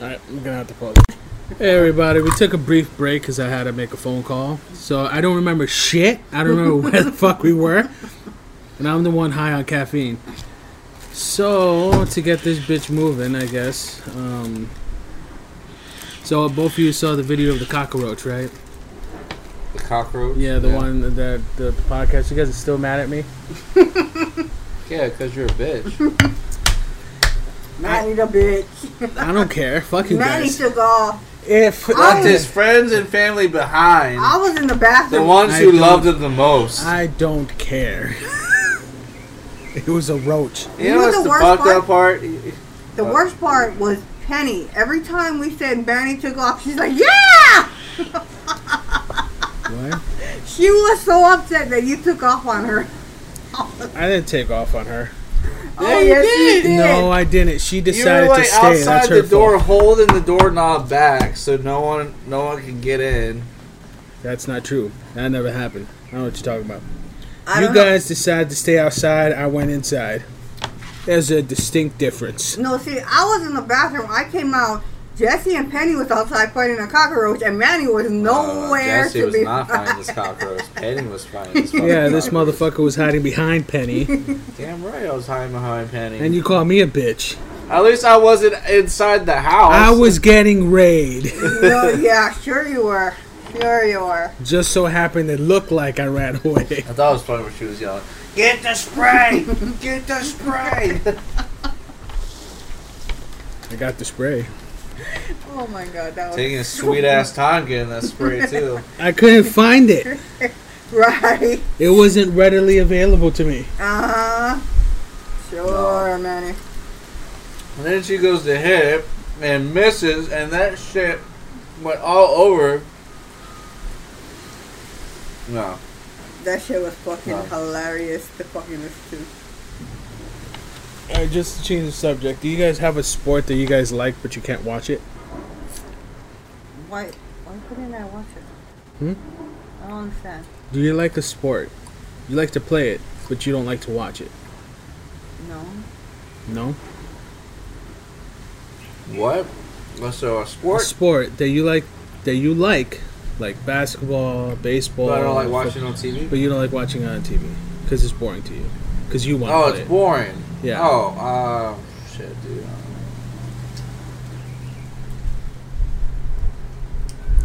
All right, I'm gonna have to pause. Hey everybody, we took a brief break because I had to make a phone call. So I don't remember shit. I don't remember where the fuck we were, and I'm the one high on caffeine. So to get this bitch moving, I guess. Um, so both of you saw the video of the cockroach, right?
The cockroach.
Yeah, the one that the, the podcast. You guys are still mad at me.
Yeah, because you're a bitch.
Manny the bitch.
I don't care. Fuck you
Manny
guys.
should go.
If
Left his friends and family behind.
I was in the
The
bathroom.
ones
I
who
don't-
loved him the most.
I don't care. it was a roach.
you
You know
know what's
the
the
worst
fucked
part?
up part?
the worst part was Penny. Every time we said Manny took off, she's like, yeah!
What?
She was so upset that you took off on her.
I didn't take off on her.
oh, yes, you did.
No, I didn't. She
You were
decided to
like
stay. That's
outside
her
the door,
fault.
holding the doorknob back so no one no one can get in.
That's not true. That never happened. I don't know what you're talking about.
I
you
don't know.
guys decided to stay outside. I went inside. There's a distinct difference.
No, see, I was in the bathroom. I came out. Jesse and Penny was outside fighting a cockroach, and Manny was nowhere
Uh, Jesse
to
was
be.
not finding this cockroach. Penny was finding this fucking
Yeah, this
cockroach.
motherfucker was hiding behind Penny,
Damn right, I was hiding behind Penny.
and you call me a bitch.
At least I wasn't inside the house.
I was getting raid.
no, yeah, sure you were. Sure you were.
Just so happened it looked like I ran away.
I thought it was funny when she was yelling, "Get the spray! Get the spray!"
I got the spray.
Oh my god, that was
Taking a sweet ass time getting that spray too.
I couldn't find it.
right.
It wasn't readily available to me.
Uh huh. Sure, Manny.
And then she goes to hit it and misses, and that shit went all over. No,
That shit was fucking
No.
hilarious to fucking listen to.
All right, just to change the subject, do you guys have a sport that you guys like but you can't watch it?
Why? Why couldn't I watch it?
Hmm?
I don't understand.
Do you like a sport? You like to play it, but you don't like to watch it.
No.
No?
what? So a
A
sport?
sport that you like that you like, like basketball, baseball.
but I don't like
foot-
watching on TV.
But you don't like watching it on TV cuz it's boring to you. Cuz you want to
Oh,
play
it's boring.
it. Yeah.
Oh, uh, shit, dude.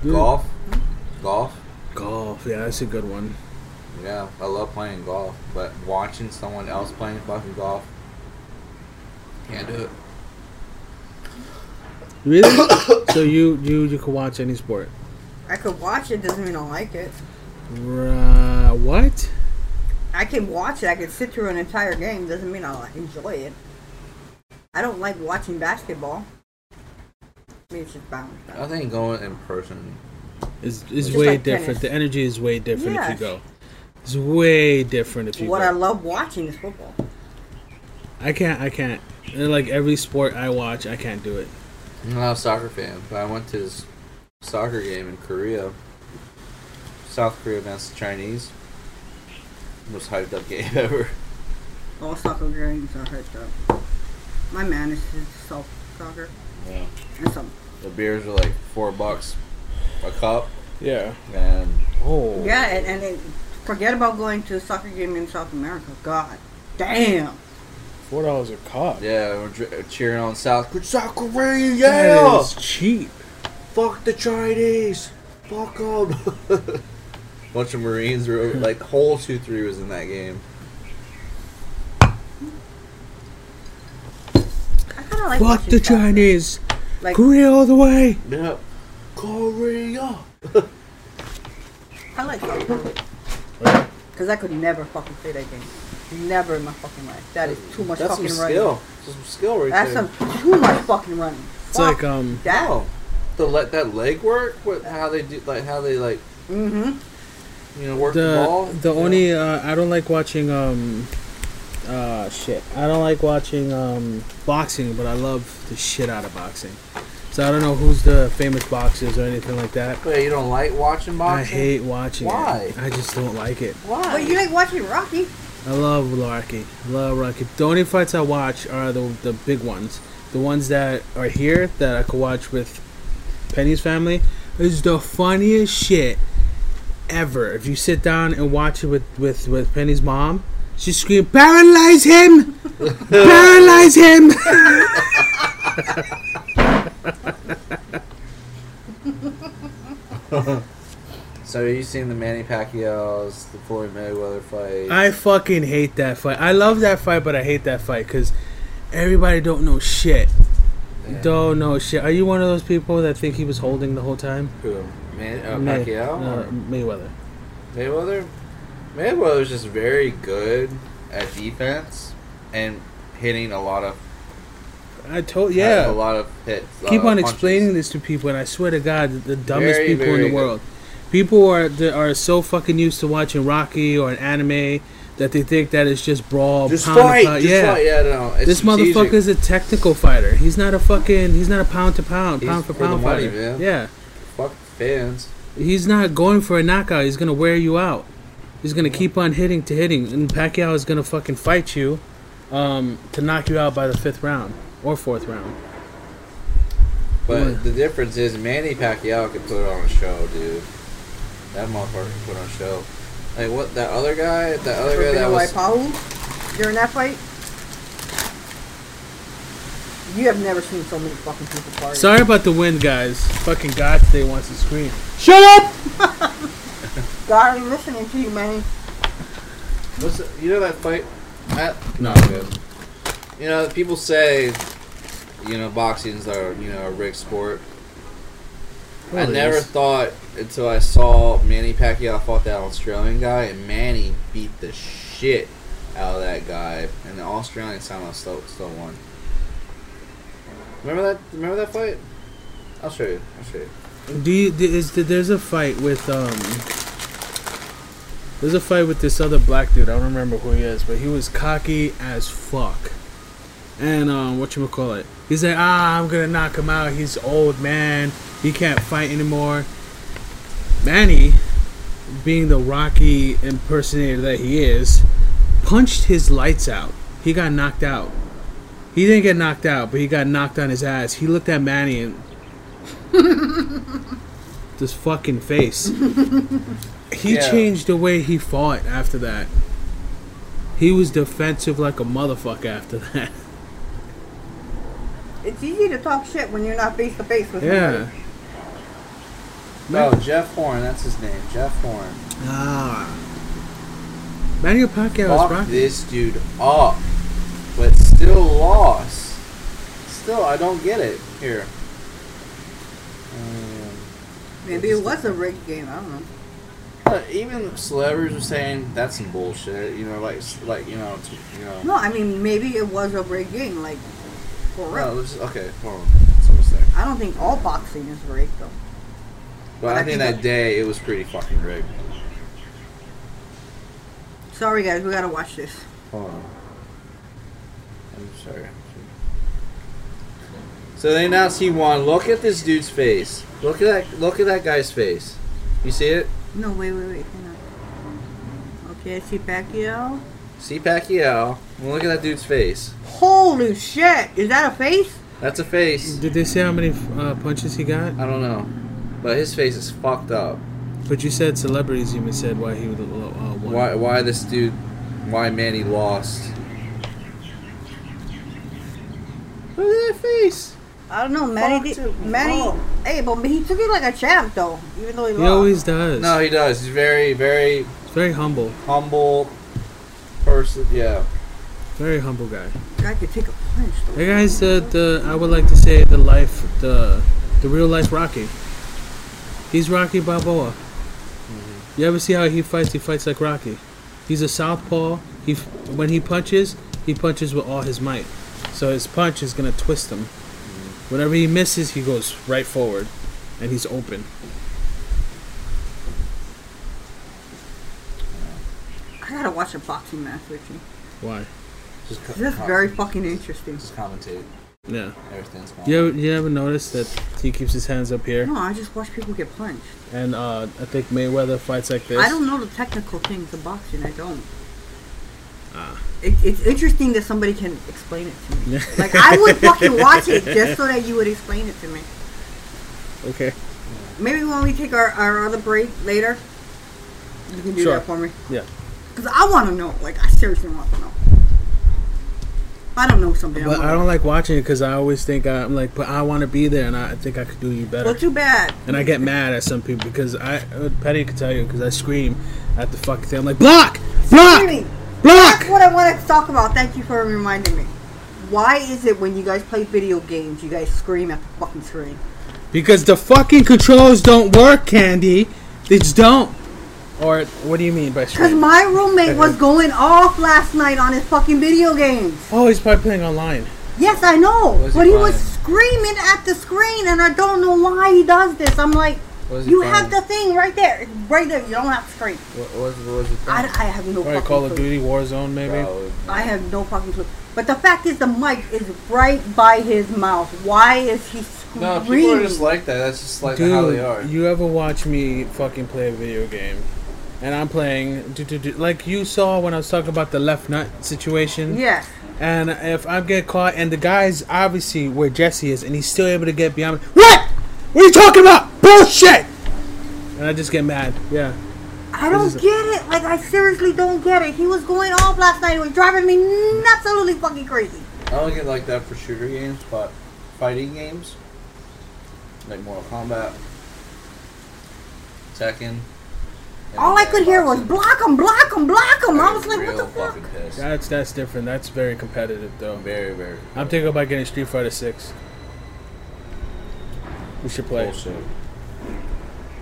Dude,
Golf, golf.
Golf. Yeah, that's a good one.
Yeah, I love playing golf, but watching someone else playing fucking golf, can't do it.
Really? so you you you can watch any sport.
I could watch it. Doesn't mean I like it.
Uh, what?
I can watch it. I can sit through an entire game. Doesn't mean I'll enjoy it. I don't like watching basketball. I mean, it's just bound.
I think going in person.
Is is
Just
way
like
different.
tennis.
The energy is way different if you
Yeah.
go. It's way different if you
What
go.
I love watching is football.
I can't. I can't. And like every sport I watch, I can't do it.
I'm not a soccer fan, but I went to this soccer game in Korea. South Korea against the Chinese. Most hyped up game ever.
All soccer games are hyped up. My man is is so soccer.
Yeah.
And some.
The beers were like four bucks a cup,
Yeah.
and
Oh.
Yeah, and, and it, forget about going to a soccer game in South America. God damn.
Four dollars a cup.
yeah, we're dr- cheering on South Korea. South Korea,
That
yeah!
is cheap.
Fuck the Chinese! Fuck them! Bunch of Marines were over, like whole two three was in that game.
I kind of like
Fuck
watching
the
soccer.
Chinese.
Like,
Korea all the way.
Yep. Korea.
I like soccer. Because I could never fucking play that game. Never in my fucking life. That is too much
That's some
fucking running.
skill. That's some skill right
That's
there.
some too much fucking running.
It's
Fuck
like um.
that.
Oh, to let that leg work. What? How they do? Like how they like
Mm-hmm.
you know work the, ball.
The the
you know?
only uh, I don't like watching um. uh, shit. I don't like watching um, boxing, but I love the shit out of boxing. So I don't know who's the famous boxers or anything like that.
But you don't like watching boxing?
I hate watching
Why?
it. I just don't like it.
Why?
But you like watching Rocky?
I love Rocky. I love Rocky. The only fights I watch are the the big ones. The ones that are here that I could watch with Penny's family is the funniest shit ever. If you sit down and watch it with, with, with Penny's mom, she scream, Paralyze him! Paralyze him!
so you seen the Manny Pacquiao's, the Floyd Mayweather fight?
I fucking hate that fight. I love that fight, but I hate that fight because everybody don't know shit.
Yeah.
Don't know shit. Are you one of those people that think he was holding the whole time?
Who? Man, uh,
May-
Pacquiao?
no, Mayweather.
Mayweather? Mayweather's just very good at defense and hitting a lot of
I told
a
yeah.
lot of hits. a lot
Keep
of
on
punches.
explaining this to people, and I swear to God, the dumbest
Very,
people in
very
the
good.
world. People are that are so fucking used to watching Rocky or an anime that they think that it's just brawl.
Just
pound and
fight,
pound.
just
yeah.
fight. Yeah, no, it's
This
strategic.
motherfucker's a technical fighter. He's not a fucking. He's not a pound to pound,
He's
pound for
for the
pound
money,
fighter.
man.
Yeah.
fuck fans.
He's not going for a knockout. He's gonna wear you out. He's gonna keep on hitting to hitting, and Pacquiao is gonna fucking fight you um, to knock you out by the fifth round or fourth round.
But
Yeah.
the difference is Manny Pacquiao could put on a show, dude. That motherfucker could put on a show. Like what? That other guy? That other guy that
Roberto
was?
Paul, during that fight? You have never seen so many fucking people party.
Sorry about the wind, guys. Fucking God today wants to scream.
Shut up! God, I'm listening to you, man.
What's the, you know that fight? That
No.
good. You know people say, you know boxing's a you know a rigged sport.
Well,
I
it
never
is.
thought until I saw Manny Pacquiao fought that Australian guy, and Manny beat the shit out of that guy, and the Australian somehow still still won. Remember that? Remember that fight? I'll show you. I'll show you.
Do you, th- is th- there's a fight with um there's a fight with this other black dude. I don't remember who he is, but he was cocky as fuck. And um, what you call it? He's like, ah, I'm gonna knock him out. He's old man. He can't fight anymore. Manny, being the Rocky impersonator that he is, punched his lights out. He got knocked out. He didn't get knocked out, but he got knocked on his ass. He looked at Manny and this fucking face. he
Yeah.
changed the way he fought after that. He was defensive like a motherfucker after that.
It's easy to talk shit when you're not face to face with me.
yeah.
No, Oh, Jeff Horn. That's his name. Jeff Horn.
Ah. Manny Pacquiao is
Fuck
Rocky.
this dude up, but still lost. Still, I don't get it. Here. Um,
Maybe it was a rigged game. I don't know.
But even celebrities were saying that's some bullshit. You know, like like you know, t- you know.
No, I mean maybe it was a rigged game, like for real.
No, this is- okay, hold on. It's almost there.
I don't think all boxing is rigged though.
But I think that day it was pretty fucking rigged.
Sorry guys, we gotta watch this.
Hold on. I'm sorry. So they announced he won. Look at this dude's face. Look at that. Look at that guy's face. You see it?
No, wait, wait, wait. Hang on. Okay, I see Pacquiao.
See Pacquiao. Look at that dude's face.
Holy shit! Is that a face?
That's a face.
Did they say how many uh, punches he got?
I don't know, but his face is fucked up.
But you said celebrities even said why he would uh, won.
why why this dude why Manny lost. Look at that face.
I don't know, Manny.
Fuck
did-
to-
Manny.
oh.
Hey, but he took it like a champ though, even though he,
He
lost.
always does.
No, he does. He's very, very
Very humble.
humble person. Yeah.
Very humble guy.
I could take a punch though.
That guy's the, the I would like to say the life the the real life Rocky. He's Rocky Balboa. You ever see how he fights? He fights like Rocky. He's a southpaw. He f- when he punches, he punches with all his might. So his punch is gonna twist him. Whenever he misses, he goes right forward, and he's open.
I gotta watch a boxing match with you.
Why?
Just co-
This is
com-
very fucking interesting.
Just commentate.
Yeah.
Everything's going.
You ever, you ever notice that he keeps his hands up here?
No, I just watch people get punched.
And uh, I think Mayweather fights like this.
I don't know the technical things of boxing. I don't.
Ah.
It, it's interesting that somebody can explain it to me.
Yeah.
like I would fucking watch it just so that you would explain it to me.
Okay.
Maybe when we take our, our other break later, you can do
Sure.
that for me.
Yeah.
Because I want to know. Like I seriously want to know. I don't know something.
But I
wanna
don't like watching it because I always think I, am like, but I want to be there and I think I could do you
know.
better.
Well, too bad.
And I get mad at some people because I, uh, Petty could tell you because I scream at the fucking thing. I'm like, block! Block!
Really,
Block!
That's what I wanted to talk about. Thank you for reminding me. Why is it when you guys play video games, you guys scream at the fucking screen?
Because the fucking controls don't work, Candy. They just don't. Or what do you mean by
Because
scream?
my roommate was going off last night on his fucking video games.
Oh, he's probably playing online.
Yes, I know.
What is he
but he was
playing?
screaming at the screen, and I don't know why he does this. I'm like,
What is he
you
playing?
have the thing right there. It's Right there. You don't have to scream.
What, what, was- what was it?
I, I have no
Probably
fucking
Call
clue.
of Duty Warzone, maybe.
Probably.
I have no fucking clue. But the fact is, the mic is right by his mouth. Why is he
No,
screaming?
people are just like that. That's just like how they are.
Dude, you ever watch me fucking play a video game? And I'm playing, do, do, do, like you saw when I was talking about the left nut situation.
Yes.
And if I get caught, and the guy's obviously where Jesse is, and he's still able to get beyond. What? What are you talking about? Bullshit! And I just get mad. Yeah.
I don't
is a-
get it. Like, I seriously don't get it. He was going off last night. It was driving me absolutely fucking crazy.
I don't get like that for shooter games, but fighting games, like Mortal Kombat, Tekken.
All I could hear was
boxing.
block him, block him, block him. I was like, what
Real
the fuck?
fucking pissed.
That's that's different. That's very competitive, though.
Very, very.
I'm thinking about getting Street Fighter Six. We should play.
Bullshit.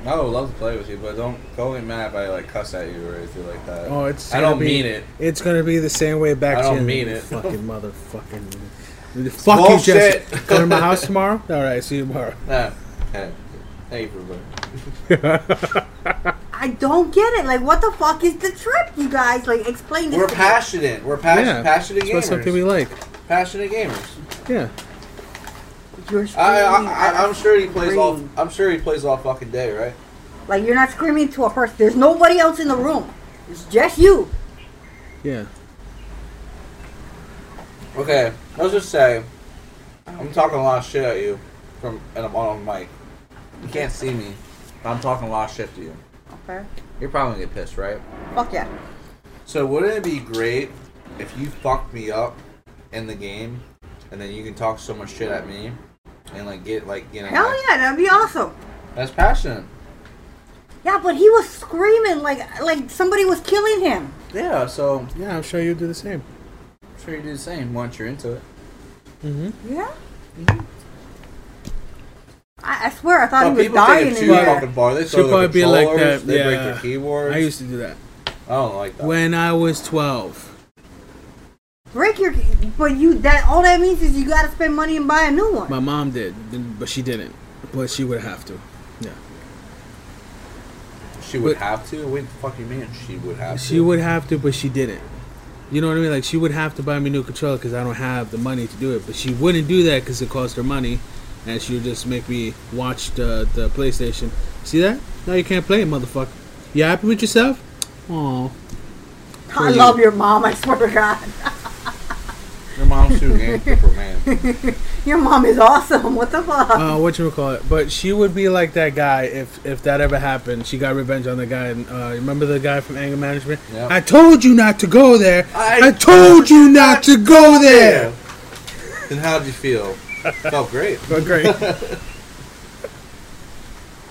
I would love to play with you, but don't don't get mad if I like cuss at you or anything like that.
Oh, it's.
I
gonna
don't
be-
mean it.
It's gonna be the same way back
I
to
don't
you,
mean
you
it.
Fucking motherfucking. The Fuck you, Jesse.
Bullshit.
Come to my house tomorrow. All right. See you tomorrow.
Nah. Hey, hey, everybody.
I don't get it. Like, what the fuck is the trip, you guys? Like, explain this.
We're
to me.
passionate. We're pas-
yeah.
passionate
That's what something we
gamers.
like.
Passionate gamers.
Yeah.
You're
I, I,
screaming
I,
at
I'm sure he plays all.
scream.
I'm sure he plays all fucking day, right?
Like, you're not screaming to a person. There's nobody else in the room. It's just you.
Yeah.
Okay, let's just say I'm talking a lot of shit at you from and I'm on a mic. You can't see me, but I'm talking a lot of shit to you.
Okay.
You're probably gonna get pissed, right?
Fuck yeah.
So wouldn't it be great if you fucked me up in the game, and then you can talk so much shit at me, and like get like you know
Hell yeah, that'd be awesome.
that's passionate.
Yeah, but he was screaming like like somebody was killing him.
Yeah, so
Yeah. I'm sure you do the same.
I'm sure you do the same once you're into it.
Mm-hmm.
Yeah. I, I swear, I thought
But
he was
people
dying
think it's
in
too
yeah.
there.
fucking far. They
Should
throw their
probably be like
controllers,
that,
They break
yeah.
their keyboards.
I used to do that
I don't like that.
when I was 12.
Break your, but you that all that means is you gotta spend money and buy a new one.
My mom did, but she didn't. But she would have to.
She would
But-
have to. What the fuck you mean? She would have to.
She would have to, but she didn't. You know what I mean? Like she would have to buy me a new controller because I don't have the money to do it. But she wouldn't do that because it cost her money, and she would just make me watch the the PlayStation. See that? Now you can't play it, motherfucker. You happy with yourself? Aw.
I love your mom. I swear to God,
Your mom's too gamekeeper, man.
your mom is awesome. What the fuck?
Uh, what you call it? But she would be like that guy if if that ever happened. She got revenge on the guy. And, uh, remember the guy from Anger Management?
Yeah.
I told you not to go there. I,
I
told you not to go there.
Then how'd you feel? Felt great.
But great.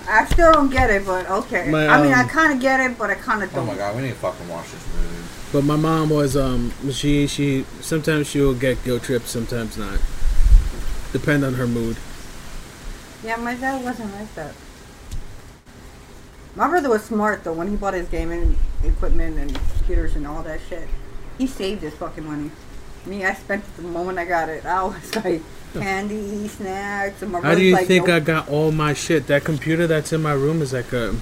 I still don't get it, but okay.
My,
I mean, I
um,
kind of get it, but I kind of
Oh
don't.
my god, we need to fucking watch this movie.
But my mom was um she she sometimes she will get guilt trips, sometimes not. Depend on her mood.
yeah, my dad wasn't like that. My brother was smart though. When he bought his gaming equipment and computers and all that shit, he saved his fucking money. Me, I spent it the moment I got it. I was like candy, snacks, and my
How
brother's
do you
like,
think
nope.
I got all my shit? That computer that's in my room is like a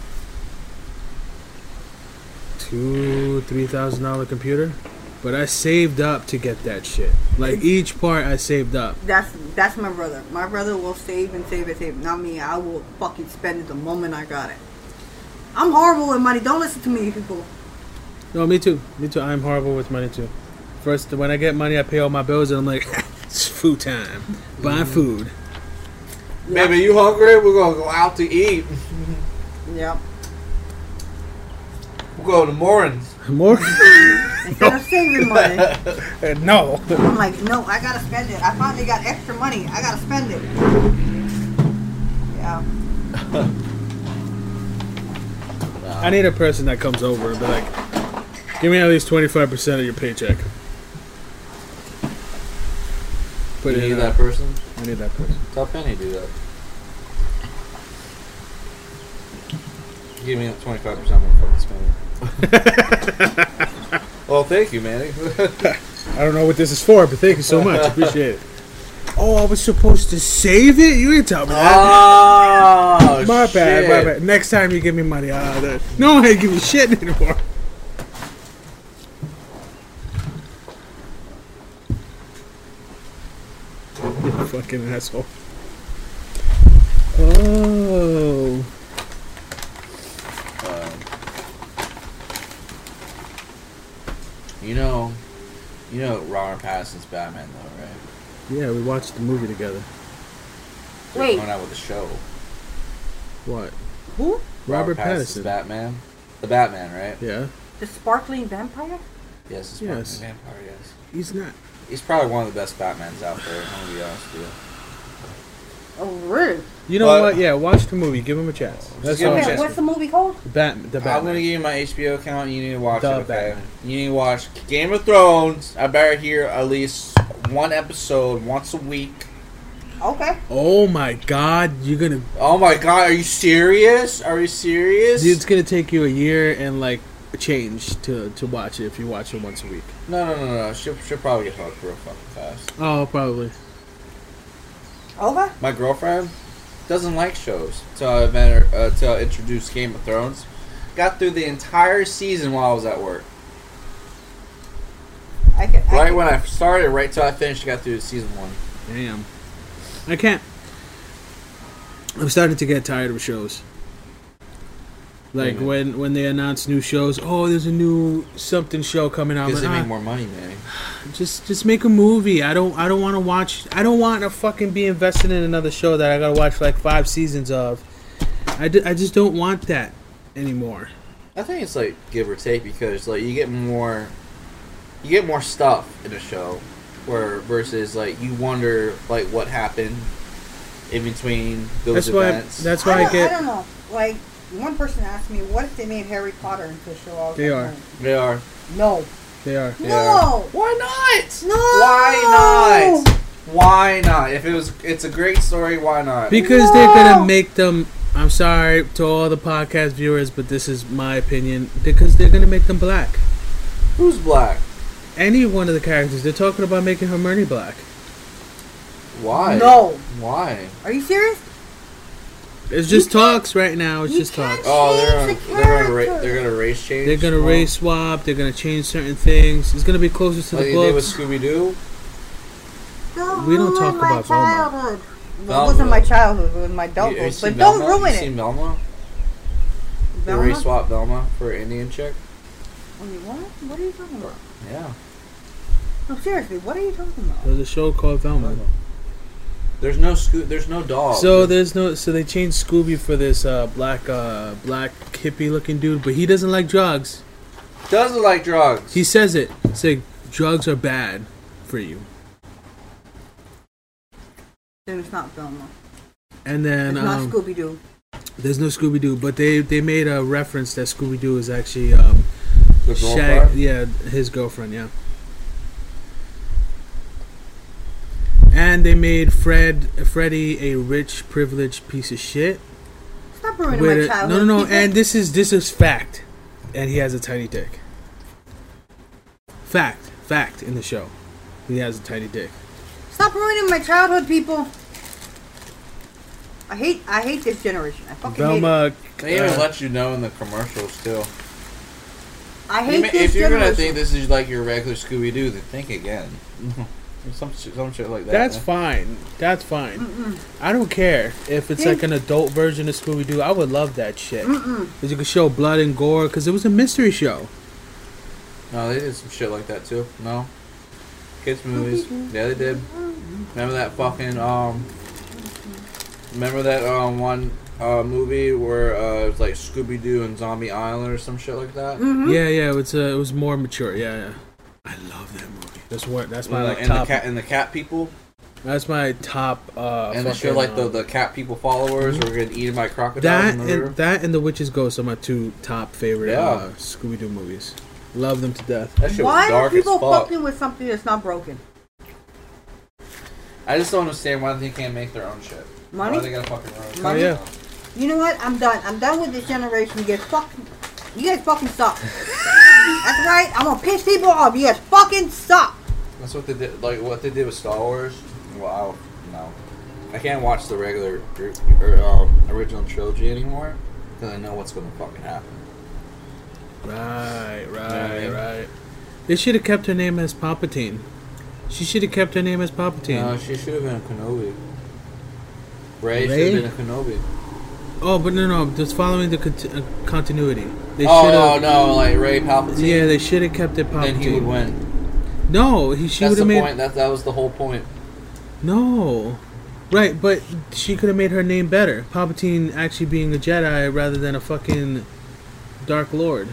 two three thousand dollar computer, but I saved up to get that shit. Like each part, I saved up.
That's that's my brother. My brother will save and save and save. Not me. I will fucking spend it the moment I got it. I'm horrible with money. Don't listen to me, people.
No, me too. Me too. I'm horrible with money too. First, when I get money, I pay all my bills, and I'm like, it's food time. Buy
Mm.
food.
Baby, you hungry? We're gonna go out to eat.
Yep.
We'll go to Morin's.
More?
Instead of saving money,
Uh, no.
I'm like, no, I gotta spend it. I finally got extra money. I gotta spend it. Yeah.
I need a person that comes over and be like, give me at least 25% of your paycheck. Put
You
it
need
in
that
that.
person?
I need that person.
Tell Penny do that. Give me that 25% of my fucking spending. well, thank you, Manny.
Oh, I don't know what this is for, but thank you so much. Appreciate it. Oh, I was supposed to save it? You didn't tell me that.
oh,
my bad,
shit.
my bad. Next time you give me money, I'll do it. No one ain't give me shit anymore. You fucking asshole. Oh.
You know, you know Robert Pattinson's Batman, though, right?
Yeah, we watched the movie together.
They're
Wait.
Coming out with a show.
What?
Who?
Robert,
Pattinson's
Pattinson.
Batman. The Batman, right?
Yeah.
The sparkling vampire?
Yes. It's
Yes.
Batman. Vampire, yes.
He's not.
He's probably one of the best Batmans out there. I'm gonna be honest with you.
Oh, really?
You know
But-
what? Yeah, watch the movie. Give him a chance. That's
give
all
him
I'm saying.
a
Okay,
chance.
what's the movie called?
Bat- the
I'm gonna
Batman.
give you my HBO account. You need to watch
The
it. Okay.
Batman.
You need to watch Game of Thrones. I better hear at least one episode once a week.
Okay.
Oh my god, you're gonna.
Oh my god, are you serious? Are you serious?
It's gonna take you a year and like change to to watch it if you watch it once a week.
No, no, no, no. She'll, she'll probably get hooked real fucking fast.
Oh, probably.
Okay.
My girlfriend doesn't like shows. So I met her uh, to introduce Game of Thrones. Got through the entire season while I was at work.
I can, I
Right
can,
when I started, right till I finished, I got through season one.
Oh, Damn. I can't. I'm starting to get tired of shows. Like
Yeah.
when when they announce new shows, oh, there's a new something show coming out. I'm
Because they
like,
make
"Ah,
more money, man.
just just make a movie. I don't I don't want to watch. I don't want to fucking be invested in another show that I gotta watch like five seasons of. I, d- I just don't want that anymore.
I think it's like give or take because like you get more, you get more stuff in a show, where versus like you wonder like what happened in between those
That's why.
events.
That's
I,
why I,
don't, I
get.
don't know. Like, one person asked me, what if they made Harry Potter into a show? I was
They
like, "Hmm."
are.
they are.
No.
They are.
They are.
No.
Why not?
No.
Why not? Why not? If it was, it's a great story. Why not?
Because they're gonna
No.
make them. I'm sorry to all the podcast viewers, but this is my opinion. Because they're gonna make them black.
Who's black?
Any one of the characters. They're talking about making Hermione black.
Why?
No.
Why?
Are you serious?
It's just
You can't-
talks right now. It's
you
just
can't-
talks.
Oh,
Change the
they're gonna they're gonna ra-
character.
they're gonna race change.
They're gonna
Well,
race swap. They're gonna change certain things. It's gonna be closer to
Like
the
they did with
books.
Scooby Doo.
Don't
We don't
ruin
talk
my
about Velma.
childhood. Well, it
Velma.
wasn't my childhood. It was my adulthood. But don't ruin
you
it.
Seen Velma? They
Velma?
race swap Velma for an Indian chick.
Wait, what? What are you talking about?
Yeah.
No, seriously, what are you talking about?
There's a show called
Hmm.
Velma.
There's no sco- There's no dog.
So there's no. So they changed Scooby for this uh, black, uh, black hippie looking dude, but he doesn't like drugs.
doesn't like drugs.
He says it. It's like drugs are bad for you.
Then it's not Velma.
And then
It's not
um,
Scooby Doo.
there's no Scooby Doo, but they they made a reference that Scooby Doo is actually um,
the
Shag,
girlfriend.
yeah, his girlfriend, yeah. And they made Fred Freddy a rich, privileged piece of shit.
Stop ruining
with
my
a- uh, no,
childhood.
no, no.
people.
And this is this is fact. And he has a tiny dick. Fact, fact in the show, he has a tiny dick.
Stop ruining my childhood, people. I hate, I hate
uh,
this generation. I fucking hate it.
Velma,
They even
uh,
let you know in the commercials too.
I
You
hate
may-
this
if you're gonna
generation.
think this is like your regular Scooby Doo, then think again. some sh- some shit like that.
That's
man.
fine. That's fine. I don't care if it's like an adult version of Scooby Doo. I would love that shit. Because you could show blood and gore. Because it was a mystery show.
No, they did some shit like that too. No, kids movies. Yeah, they did. Remember that fucking um. Remember that um one uh movie where uh it was like Scooby Doo and Zombie Island or some shit like that.
Mm-hmm.
Yeah, yeah. It's uh, it was more mature. Yeah, yeah. I love that movie. That's what. That's my
And,
like,
the, and the
top.
cat and the cat people
That's my top. Uh,
and they show
fucking,
like
um,
the, the cat people followers were getting eaten by crocodiles.
That
in the river.
and that and the Witch's Ghost are my two top favorite
Yeah.
uh, Scooby Doo movies. Love them to death.
that shit
Why
was
are
dark as
people
fuck.
fucking with something that's not broken?
I just don't understand why they can't make their own shit.
Money?
Why they gotta fucking run?
Money?
Oh, yeah.
You know what? I'm done. I'm done with this generation. You guys fucking, you guys fucking suck. That's right. I'm gonna piss people off. You guys fucking suck.
That's what they did. Like what they did with Star Wars. Wow, no, I can't watch the regular or, or, um, original trilogy anymore because I know what's gonna fucking happen.
Right, right,
Yeah, I
right. They should have kept her name as Palpatine. She should have kept her name as Palpatine.
No, she should have been a Kenobi. Ray
Rey?
should have been a Kenobi.
oh, but no, no, just following the cont- uh, continuity. They
oh
should
no, no, like Ray
have.
Palpatine.
Yeah, they should have kept it Palpatine.
then he would win.
No, he she
That's
would
the
have made
point. That that was the whole point.
no. Right, but she could have made her name better. Palpatine actually being a Jedi rather than a fucking Dark Lord.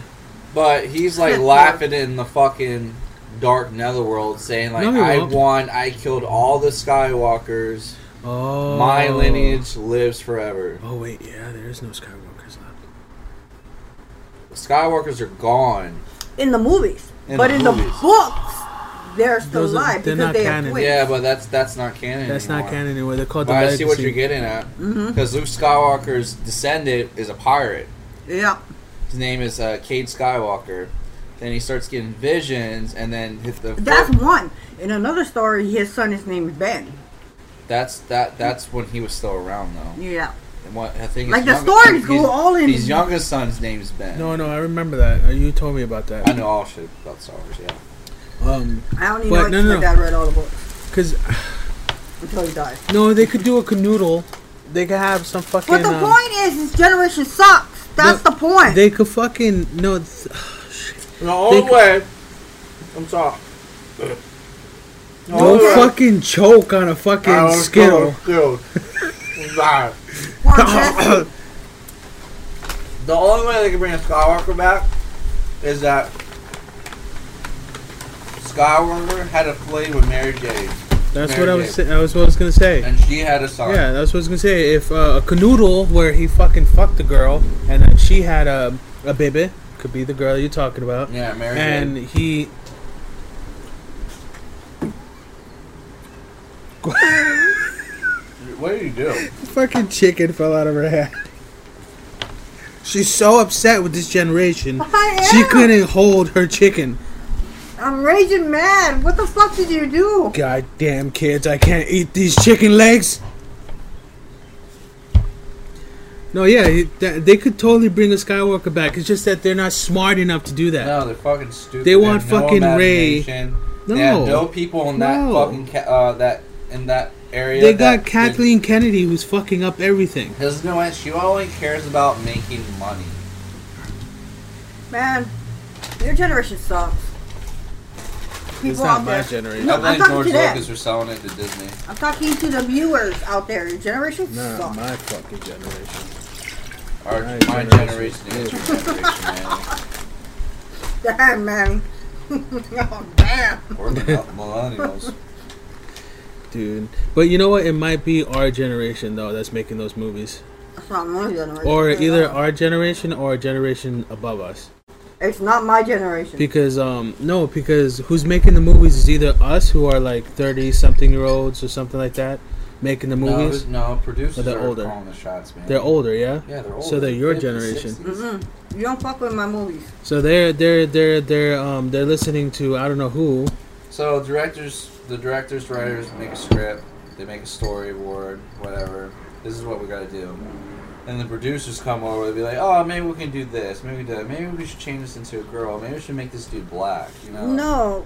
But he's like laughing in the fucking dark netherworld, saying like,
No, he
"I
won't.
won. I killed all the Skywalkers.
Oh,
My lineage lives forever."
Oh wait, yeah, there is no Skywalker's left.
The Skywalkers are gone.
In the movies,
In
but
the
in
movies.
the books, they're still
Those are-
alive
they're
because
not
they
canon.
have twins.
Yeah, but that's that's not canon.
That's
anymore.
not canon anymore. They're called
But
the
I see what you're
Legacy.
getting at.
Mm-hmm.
Because Luke Skywalker's descendant is a pirate.
Yeah.
His name is uh, Cade Skywalker. Then he starts getting visions, and then hit the.
That's one. In another story, his son is named Ben.
that's that. That's when he was still around, though.
Yeah.
And what I think
Like,
his
the
younger-
stories
his-
go all in-
His youngest son's name is Ben.
No, no, I remember that. Uh, You told me about that.
I know all shit about Star Wars. Yeah.
Um,
I don't even
But
know
no,
if
no,
my
no.
dad read all the books
cause
until he died.
no, they could do a canoodle. They could have some fucking.
But the
um,
point is, this generation sucks. That's
No,
the point.
They could fucking no. It's,
The only
They-
way. I'm sorry. Oh,
don't fucking choke on a fucking skittle.
Poor Jesse.
The only way they can bring a Skywalker back is that Skywalker had a fling with Mary Jane,
That's
Mary
what I
Jane.
was. Say- that was what I was gonna say.
and she had a son.
Yeah, that's what I was gonna say. If uh, a canoodle where he fucking fucked the girl and then she had a a baby, could be the girl you're talking about.
Yeah, Mary
and
Jane.
he.
What did you do?
Fucking chicken fell out of her hand. She's so upset with this generation.
I am.
She couldn't hold her chicken.
I'm raging mad. What the fuck did you do?
Goddamn kids, I can't eat these chicken legs. No, yeah, he- that- they could totally bring a Skywalker back. It's just that they're not smart enough to do that.
No, they're fucking stupid.
They want
have no
fucking Ray.
imagination.
No.
They have no people in that
No.
fucking ca- uh, that in that area.
they got
that-
Kathleen Kennedy who's fucking up everything.
Because you know what? She only cares about making money.
Man, your generation sucks. People
not
out
my
there.
generation.
No,
I
I'm
think
talking to
George
them.
Lucas was selling it to Disney.
I'm talking to the viewers out there. Your generation sucks.
fucking generation.
Our,
Right,
my
generation.
generation is your generation, man.
Damn, man. oh, damn.
We're mill- millennials.
Dude. But you know what? It might be our generation, though, that's making those movies.
That's not my generation.
Or either our generation or a generation above us.
It's not my generation.
Because um no, because who's making the movies is either us who are like thirty something year olds or something like that making the
No,
movies.
this- no, producers
But they're
are
older.
calling the shots, man.
They're older, yeah.
Yeah, they're older.
So they're your
50s,
generation.
60s.
you don't fuck with my movies.
So they're they're they're they're um they're listening to I don't know who.
So directors, the directors, writers make a script. They make a storyboard, whatever. This is what we got to do. And the producers come over and be like, "Oh, maybe we can do this. Maybe we do that. Maybe we should change this into a girl. Maybe we should make this dude black." You know?
No,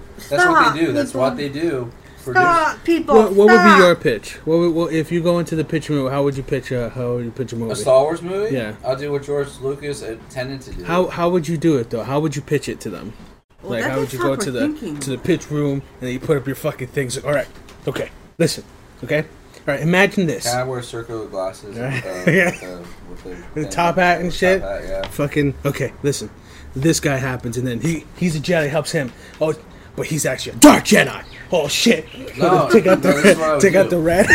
Oh. That's
stop.
what they do. That's
people.
what they do. Produce.
Stop, people.
What, what would be
stop.
your pitch? What, would, what if you go into the picture movie? How would you pitch a how would you pitch a
A
movie?
Star Wars movie?
Yeah.
I'll do what George Lucas intended to do.
How how would you do it though? How would you pitch it to them?
Well,
like
that
how would
is
you go
what
to
we're
the
thinking.
to the pitch room and then you put up your fucking things? Like, All right, okay, listen, okay, all right. Imagine this.
Can I wear circular glasses?
Yeah.
With the,
Yeah.
With the, with the,
With a
thing?
top hat and
With a
shit?
Top hat, yeah.
Fucking okay, listen. This guy happens, and then he he's a Jedi, helps him. Oh, but he's actually a dark Jedi. Oh shit!
No,
take out the
no, this is what I would
take out
do.
the red,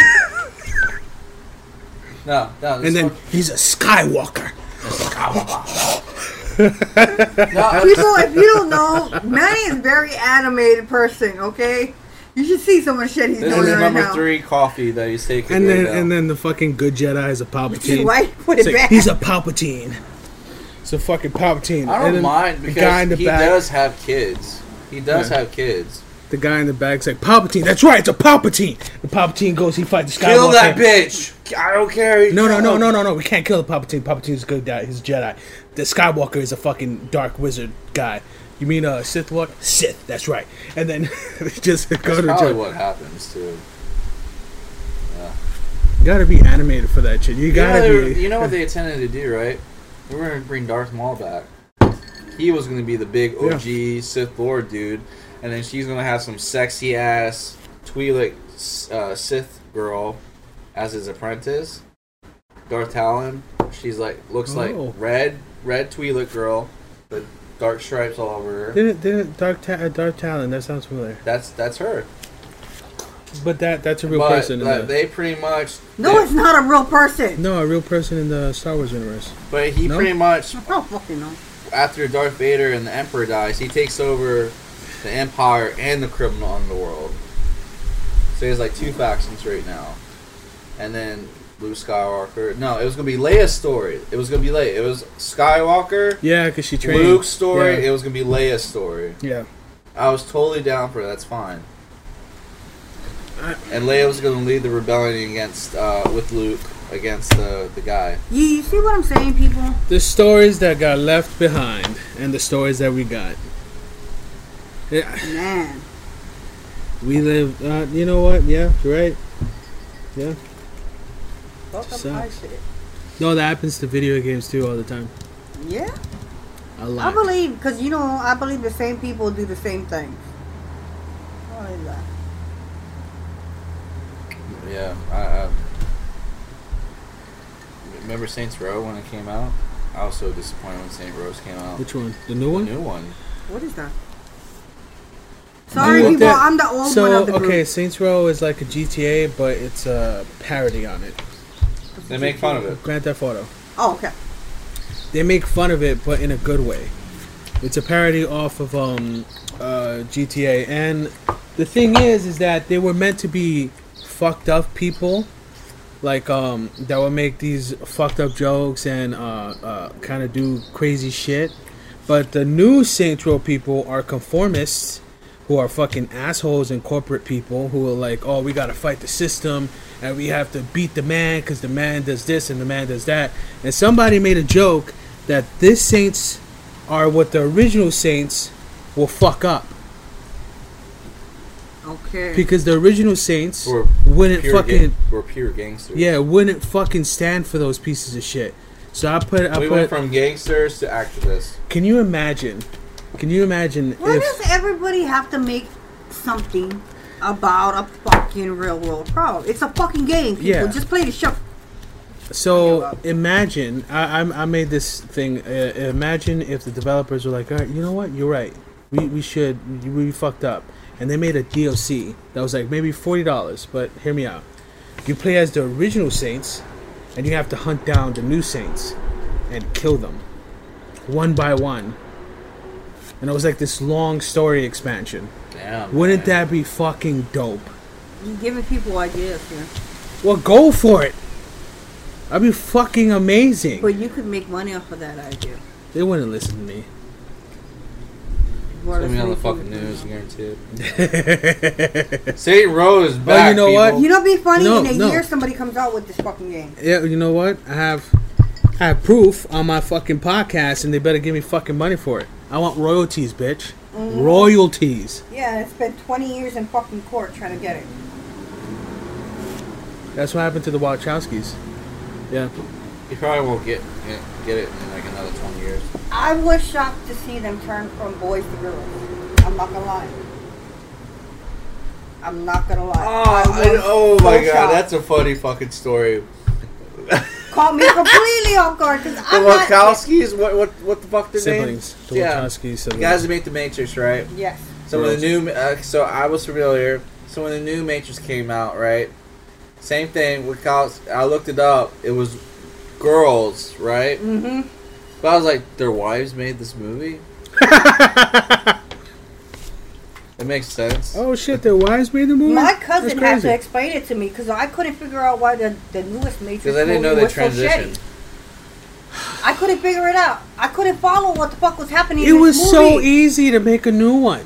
No, no. this
and then
fuck-
he's a Skywalker.
People, if you don't know, Manny is a very animated person. Okay, you should see some of the shit he's
This
doing
is
right
number
now.
three coffee that he's taking.
And then
right now.
and then the fucking good Jedi is a
Which
Palpatine.
is why you put
It's
it
like,
back.
he's a Palpatine. It's a fucking Palpatine.
I
And
don't
then
mind
the guy
because
in the
he
back.
does have kids. He does
Yeah.
have kids.
The guy in the bag's like Palpatine. That's right. It's a Palpatine. The Palpatine goes. He fights the Skywalker.
Kill that bitch. I don't care.
No, no, no, no, no, no. We can't kill the Palpatine. Palpatine's a good guy. He's a Jedi. The Skywalker is a fucking dark wizard guy. You mean uh, Sith Lord? Sith. That's right. And then just go
That's
to
probably
Jedi.
what happens too.
Gotta be animated for that shit. You gotta
you know, they-
be.
you know what they intended to do, right? They were gonna bring Darth Maul back. He was gonna be the big
Yeah.
OG Sith Lord dude, and then she's gonna have some sexy ass Twi'lek uh, Sith girl as his apprentice. Darth Talon. She's like looks
Oh.
like red red Twi'lek girl, with dark stripes all over her.
Didn't, didn't Dark Ta- uh, Dark Talon? That sounds familiar.
That's that's her.
But that that's a real
But
person. In
like,
the,
they pretty much
no, it's not a real person.
no, a real person in the Star Wars universe.
But he
No?
pretty much
I don't Oh, fucking know.
after Darth Vader and the Emperor dies, he takes over the Empire and the criminal underworld. So he has like two factions right now. And then Luke Skywalker. No, it was gonna be Leia's story. It was gonna be Leia. It was Skywalker,
Yeah, because she trained.
Luke's story.
Yeah.
It was gonna be Leia's story.
yeah.
I was totally down for it. That's fine. And Leia was gonna lead the rebellion against uh, with Luke against the the guy.
You, you see what I'm saying, people?
the stories that got left behind and the stories that we got. Yeah,
Man,
we live. Uh, you know what? Yeah, you're right.
fuck up
Sucks.
my shit.
No, that happens to video games too all the time.
Yeah,
A
I
lot.
believe because you know I believe the same people do the same things. I believe that.
Yeah, I, I remember Saints Row when it came out. I was so disappointed when Saint Rose came out.
Which one? The new
The
one?
new one.
What is that? Sorry,
Well,
people.
that-
I'm the old one
So
of the group.
okay, Saints Row is like a GTA, but it's a parody on it.
They make fun of it.
Grand Theft Auto.
Oh, okay.
They make fun of it, but in a good way. It's a parody off of um, uh, GTA, and the thing is, is that they were meant to be fucked up people, like um, that would make these fucked up jokes and uh, uh, kind of do crazy shit. But the new Saints Row people are conformists, who are fucking assholes and corporate people who are like, oh, we gotta fight the system and we have to beat the man because the man does this and the man does that. And somebody made a joke that this Saints are what the original Saints will fuck up
Okay.
because the original Saints
Or
wouldn't
Pure
fucking
gang- we're pure gangsters.
yeah wouldn't fucking stand for those pieces of shit. So I put I
we
put.
went from gangsters to activists.
can you imagine? Can you imagine
Why
if
does everybody have to make something about a fucking real world problem? It's a fucking game, people.
Yeah.
Just play the show.
So imagine I, I I made this thing. Uh, imagine if the developers were like, all right, you know what, you're right. We we should we, we fucked up, and they made a DLC that was like maybe forty dollars. But hear me out. You play as the original Saints, and you have to hunt down the new Saints, and kill them, one by one. And it was like this long story expansion.
Damn.
Wouldn't
man.
that be fucking dope?
You're giving people ideas here.
Well, go for it. That'd be fucking amazing.
But you could make money off of that idea.
They wouldn't listen to me.
Well,
Put me on the
that's what
fucking
you-
news, guaranteed. Saint Rose is back.
Oh, you know what?
people.
You know, it'd be funny
No,
in a
no.
year somebody comes out with this fucking game.
yeah, you know what? I have I have proof on my fucking podcast, and they better give me fucking money for it. I want royalties, bitch. Royalties.
Yeah, it's been 20 years in fucking court trying to get it.
That's what happened to the Wachowskis. Yeah.
You probably won't get get- get it in like another 20 years.
I was shocked to see them turn from boys to girls. I'm not gonna lie. I'm not gonna lie.
Oh,
Ah, I was
oh my god,
so shocked.
that's a funny fucking story.
caught me completely off guard because
The
I'm not.
Wachowskis, what what what the fuck their
Siblings. The
name? Yeah,
Wachowskis.
the
Siblings.
guys that make the Matrix, right?
Yes.
So when the new, uh, so I was familiar. So when the new Matrix came out, right? Same thing. With Cows, I looked it up. It was girls, right?
Mm-hmm.
But I was like, their wives made this movie. It makes sense.
oh shit, their wives made the movie?
My
That's
cousin had
crazy.
to explain it to me because I couldn't figure out why the, the newest Matrix
Because I didn't
movie
know they
was so
transitioned.
shitty. I couldn't figure it out. I couldn't follow what the fuck was happening.
It
in
was
this
so e-
movie.
easy to make a new one.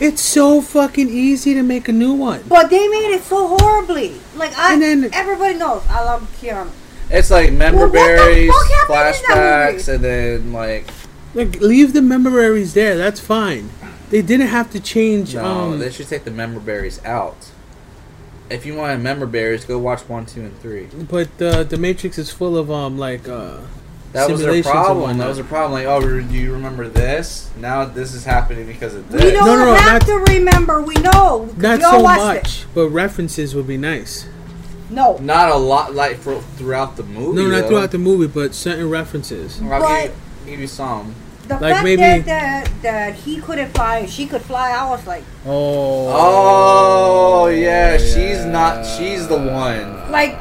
It's so fucking easy to make a new one.
But they made it so horribly. Like I,
And then-
everybody knows I love Keanu.
It's like member
Well, what the
berries,
fuck happened in that
flashbacks, and then like
Like, leave the memories there. That's fine. They didn't have to change.
no,
um,
they should take the member berries out. If you want member berries, go watch one, two, and three.
but uh, the Matrix is full of um like uh,
That was their
simulations and
problem.
whatnot.
That was their problem. Like, oh, re- do you remember this? Now this is happening because of
We
this.
don't
no, no,
have
not-
to remember. We know.
not
we all
so
watched
much, but references would be nice.
It. No.
Not a lot like for, throughout the movie.
No, not
though.
throughout the movie, but certain references.
I'll
But-
give, you- give you some.
The
Like,
fact
maybe-
that, that that he couldn't fly and she could fly, I was like,
Oh, yeah, she's not. She's the one.
like,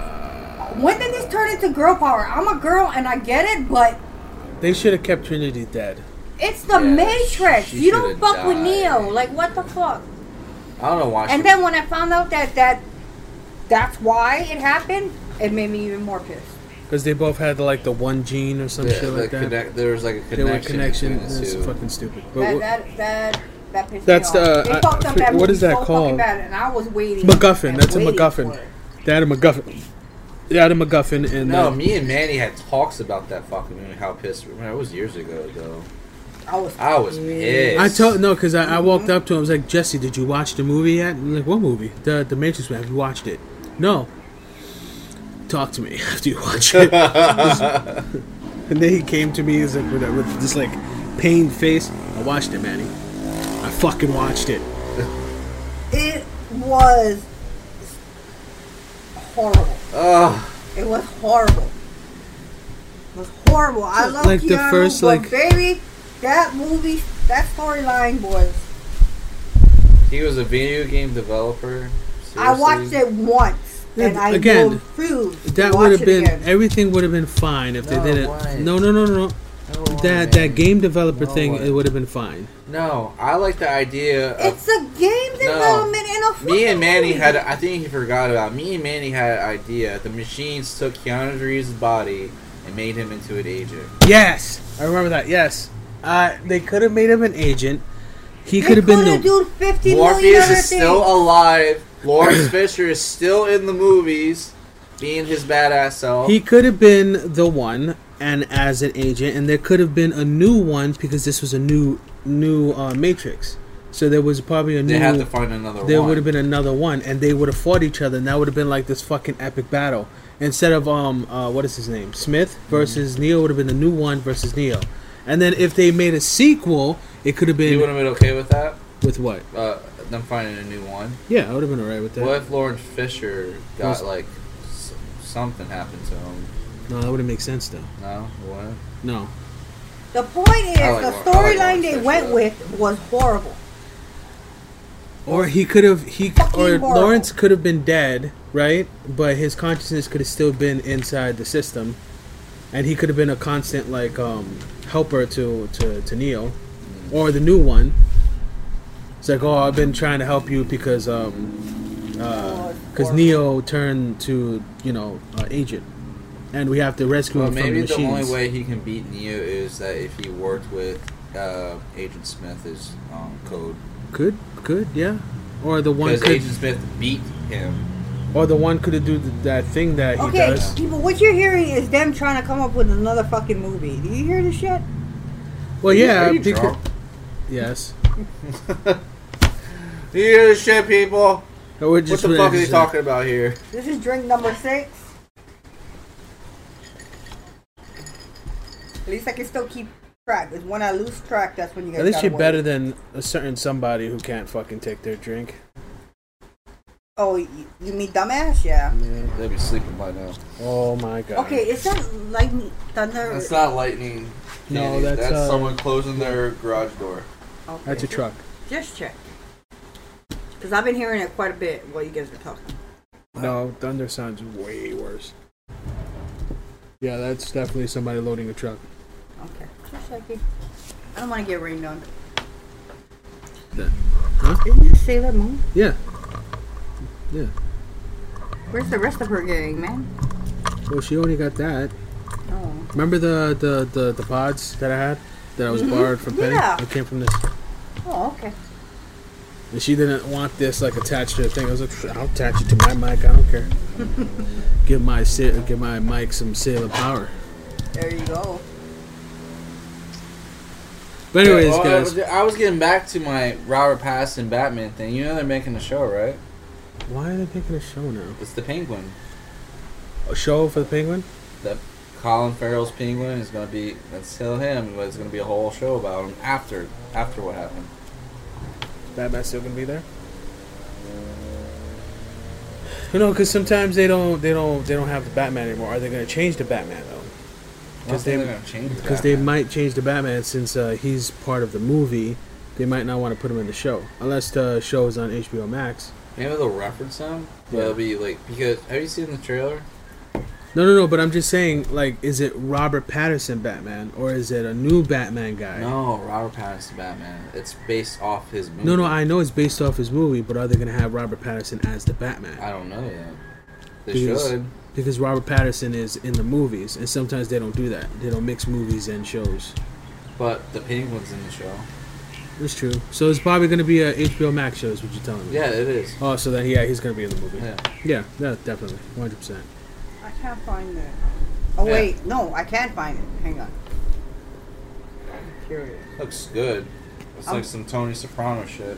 Uh.
when did this turn into girl power? I'm a girl and I get it, but
They should have kept Trinity dead.
it's
Yeah,
the Matrix.
she
You don't
should've
fuck with
died.
Neo. Like, what the fuck?
I don't know why.
And
she,
then when I found out that that that's why it happened, it made me even more pissed.
Because they both had like the one gene or some
the-
shit
the
like that.
connect- there was like a connection.
They were connection.
between the
It's
two.
fucking stupid. But
That
what-
that that. That pissed
That's
me
the-
off. They
I-
fucked
I
up
forget-
that
what
movie
is that
so fucking
called?
Bad, and I was waiting.
MacGuffin,
and
that's a
waiting
MacGuffin.
for it.
They had a MacGuffin. They had a MacGuffin, and
No,
uh,
me and Manny had talks about that fucking movie. How pissed? Man, it was years ago though.
I was
I was pissed.
I told no because I, I walked up to him. I was like, Jesse, did you watch the movie yet? And he's like, what movie? The The Matrix. Man. Have you watched it? No. Talk to me after you watch it. and then he came to me. He's like, with, with this like pained face. I watched it, Manny. I fucking watched it.
It was horrible.
Ugh.
It was horrible. It was horrible. I love
Like
like
the first,
but
like-
baby, that movie, that storyline was.
he was a video game developer. Seriously.
I watched it once,
Yeah,
and I
again, That
refused. to
would
watch
have
it
been
again.
everything. Would have been fine if they
No,
didn't.
why?
No, no, no, no, no.
Oh,
No,
That
man.
that game developer
No
thing.
way.
It would have been fine.
No, I like the idea. Of
It's a game development and a fucking
Me and Manny
movie.
had, I think he forgot about. it. Me and Manny had an idea. The machines took Keanu Reeves' body and made him into an agent.
Yes, I remember that. Yes, uh, they could have made him an agent. He
They
could have been
coulda
the.
do fifty million
Morpheus
other
is still
things.
alive. Lawrence Fisher is still in the movies, being his badass self.
He could have been the one, and as an agent, and there could have been a new one because this was a new new uh, Matrix. So there was probably a
they
new.
have to find another
there
one.
would have been another one, and they would have fought each other, and that would have been like this fucking epic battle. Instead of um, uh, what is his name, Smith versus
Mm-hmm.
Neo, would have been the new one versus Neo, and then if they made a sequel, it could have
You would
been
have been okay with that?
with what?
Uh, them finding a new one.
Yeah, I would have been alright with that.
What if Lawrence Fisher got
Was-
like s- something happened to him?
No, that wouldn't make sense though.
No, what?
No.
The point is,
I like
the
Lawrence- I like
storyline
Lawrence
they
Fisher,
went
though.
with was horrible.
Or he could have he
Fucking
or
horrible.
Lawrence could have been dead, right? But his consciousness could have still been inside the system, and he could have been a constant like um helper to to to Neo, or the new one. It's like, oh, I've been trying to help you because um
Uh,
because Neo turned to you know uh, agent, and we have to rescue
Well,
him from the
maybe the
machines.
only way he can beat Neo is that if he worked with uh, Agent Smith is um, code.
Could could yeah, or the one
Because
could
Agent Smith beat him
Or the one could do th- that thing that he
Okay,
does.
people, what you're hearing is them trying to come up with another fucking movie. Do you hear this shit?
Well, yeah,
Are you
because-
drunk?
yes.
You hear this shit, people?
Or we're
What
just
the fuck are
really-
they talking about here?
This is drink number six. At least I can still keep track. It's when I lose track, that's when you guys.
At least
gotta
you're
worry.
better than a certain somebody who can't fucking take their drink.
Oh, you, you mean dumbass? Yeah.
They'd be sleeping by now.
Oh my god.
Okay, is that lightning thunder?
That's not lightning.
No,
Candy.
that's, uh,
someone closing their garage door.
Okay,
That's a
just-
truck.
Just check. Because I've been hearing it quite a bit while you guys were talking.
No, thunder sounds way worse. Yeah, that's definitely somebody loading a truck.
Okay. Just checking. I don't want to get rained on.
That- huh?
Isn't this Sailor Moon?
Yeah. Yeah.
Where's the rest of her gang, man?
Well, she only got that.
Oh.
Remember the the the, the pods that I had that I
Mm-hmm.
was borrowed from Penny.
Yeah.
I came from this,
Oh, okay.
and she didn't want this like attached to the thing. I was like, "Pfft, I'll attach it to my mic. I don't care. give my sa- give my mic some sailor power.
There you go.
But anyways,
Yeah, well,
guys,
I, I was getting back to my Robert Pattinson Batman thing. You know they're making a show, right?
why are they making a show now?
It's the Penguin.
A show for the Penguin?
That Colin Farrell's Penguin is gonna be. That's still him, but it's gonna be a whole show about him after after what happened.
Batman's still gonna be there. You know, because sometimes they don't they don't they don't have the Batman anymore. Are they gonna change the Batman though?
Because
they-
they're gonna change it
Because they
after.
might change the Batman since uh, he's part of the movie. They might not want to put him in the show unless the show is on HBO Max.
maybe they'll reference him. But
Yeah.
it'll be like because have you seen the trailer?
No, no, no. But I'm just saying, like, is it Robert Patterson Batman or is it a new Batman guy?
No, Robert Pattinson Batman. It's based off his movie.
no, no. I know it's based off his movie, but are they gonna have Robert Patterson as the Batman?
I don't know yet. They
Because-
should.
because Robert Patterson is in the movies, and sometimes they don't do that. They don't mix movies and shows.
But the penguin's in the show.
That's true. So it's probably going to be uh, a HBO Max show, is what you're telling me.
Yeah, it is.
Oh, so then yeah, he's going to be in the movie.
Yeah.
Yeah, yeah, definitely, 100. percent
I can't find it. Oh
Yeah.
wait, no, I can't find it. Hang on. I'm curious.
Looks good. It's
Um,
like some Tony Soprano shit.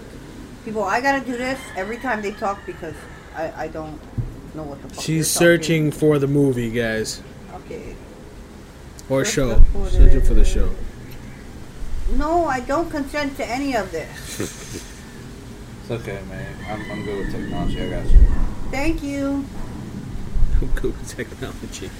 People, I gotta do this every time they talk because I, I don't know what the fuck.
She's
they're Oh,
searching
talking.
for the movie, guys,
Okay.
or
Search
show.
up for
Searching for the
the-
show.
No, I don't consent to any of this.
It's okay, man. I'm, I'm good with technology. I got you.
Thank you.
Google technology.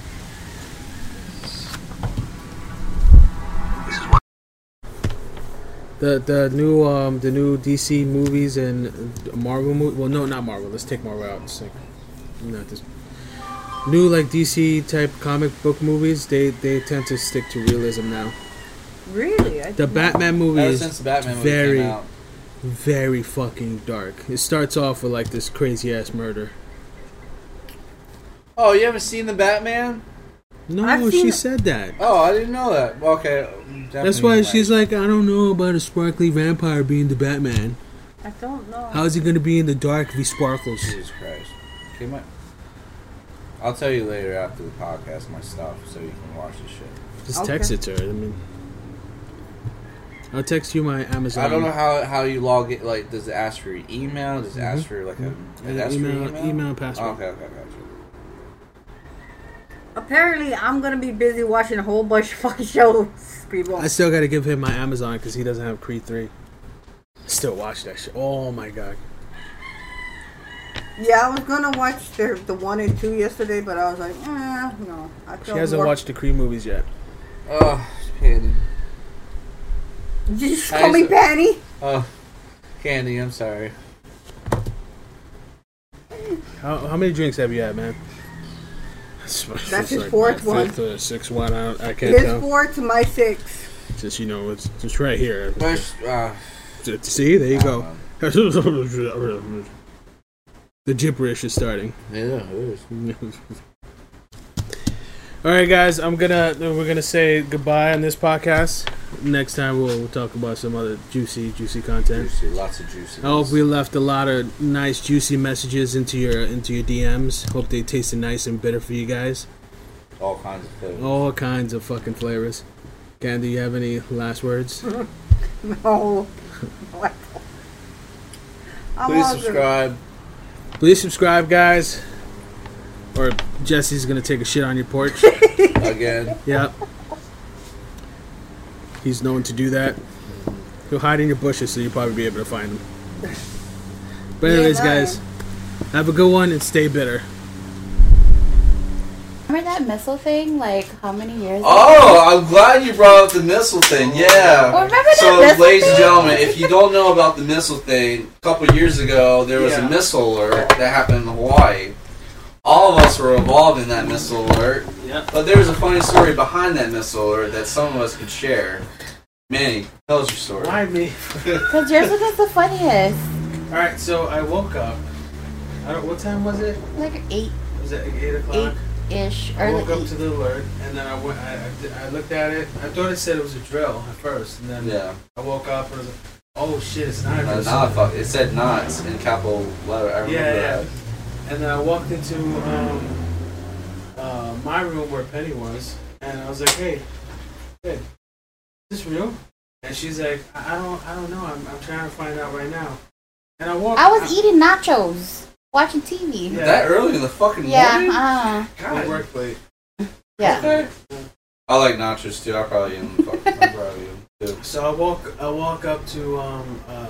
The the new um the new DC movies and Marvel movie. Well, no, not Marvel. Let's take Marvel out. It's like, not this. New like DC type comic book movies. They they tend to stick to realism now.
Really? I
The
didn't-
Batman movie
Ever
is
since the Batman movie
very
came out,
very fucking dark. It starts off with like this crazy ass murder.
Oh, you haven't seen the Batman?
No,
I've seen
she
it.
said that.
Oh, I didn't know that. Well, Okay, definitely
That's why
right.
she's like, I don't know about a sparkly vampire being the Batman.
I don't know.
How is he gonna be in the dark if he sparkles?
Jesus Christ. Okay, my- I'll tell you later after the podcast my stuff so you can watch this shit.
Just
Okay.
text it to her. I mean, I'll text you my Amazon.
I don't know how how you log it. Like, does it ask for your email? Does it
Mm-hmm.
ask for like a
Yeah,
does it ask for your
email- email and password.
Okay, okay, gotcha.
Apparently, I'm gonna be busy watching a whole bunch of fucking shows, people.
I still gotta give him my Amazon because he doesn't have Creed three. Still watch that shit. Oh my god.
yeah, I was gonna watch the the one and two yesterday, but I was like, eh, no. I
She
feel
hasn't
more-
watched the Creed movies yet.
Oh, Candy.
Did you just
I
call me
used to-
Patty?
Oh, Candy. I'm sorry.
How, how many drinks have you had, man? That's
That's his fourth
my
one.
Fifth or sixth one. I, don't, I can't
His
tell.
four to my six.
Just you know, it's just right here.
Where's, uh,
See, there you
I
go.
don't
the gibberish is starting.
know. Yeah, it is.
All All right, guys. I'm gonna we're gonna say goodbye on this podcast. Next time we'll, we'll talk about some other juicy, juicy content.
Juicy, lots of juicy.
I hope Oh, we left a lot of nice, juicy messages into your into your DMs. Hope they tasted nice and bitter for you guys.
all kinds of flavors.
All kinds of fucking flavors. Ken, do you have any last words?
No. I'm
Please
all good.
subscribe.
Please subscribe, guys. Or Jesse's gonna take a shit on your porch.
Again,
yep. He's known to do that. He'll hide in your bushes, so you'll probably be able to find him. But
Yeah,
anyways,
bye.
guys, have a good one and stay bitter.
Remember that missile thing? Like how many years?
Oh, I'm glad you brought up the missile thing. Yeah.
Well, Oh, remember that
so,
missile
ladies and
thing?
gentlemen, if you don't know about the missile thing, a couple years ago there was
Yeah.
a missile alert that happened in Hawaii. All of us were involved in that missile alert,
Yeah.
but there was a funny story behind that missile alert that some of us could share. Manny, tell us your story.
me.
Because yours was just the funniest.
All right, so I woke up. I don't. What time was it?
Like eight
Was it like eight o'clock?
eight ish
I
or
woke up
eight.
to the alert, and then I went. I, I did- I looked at it. I thought it said it was a drill at first, and then
Yeah.
I woke up and I was like, "Oh shit, it's not a
Uh,
drill."
nah, fuck. It said knots in capital letter. I remember
Yeah, yeah.
that.
And then I walked into um, uh, my room where Penny was, and I was like, "Hey, hey, is this real?" And she's like, "I I don't, I don't know. I'm, I'm trying to find out right now." And I walked.
I was eating nachos, watching TV.
Yeah.
That early in the fucking
Yeah,
morning?
uh,
I work late.
yeah.
I like nachos too. I probably am. fuck, I probably am too.
So I walk, I walk up to um, uh,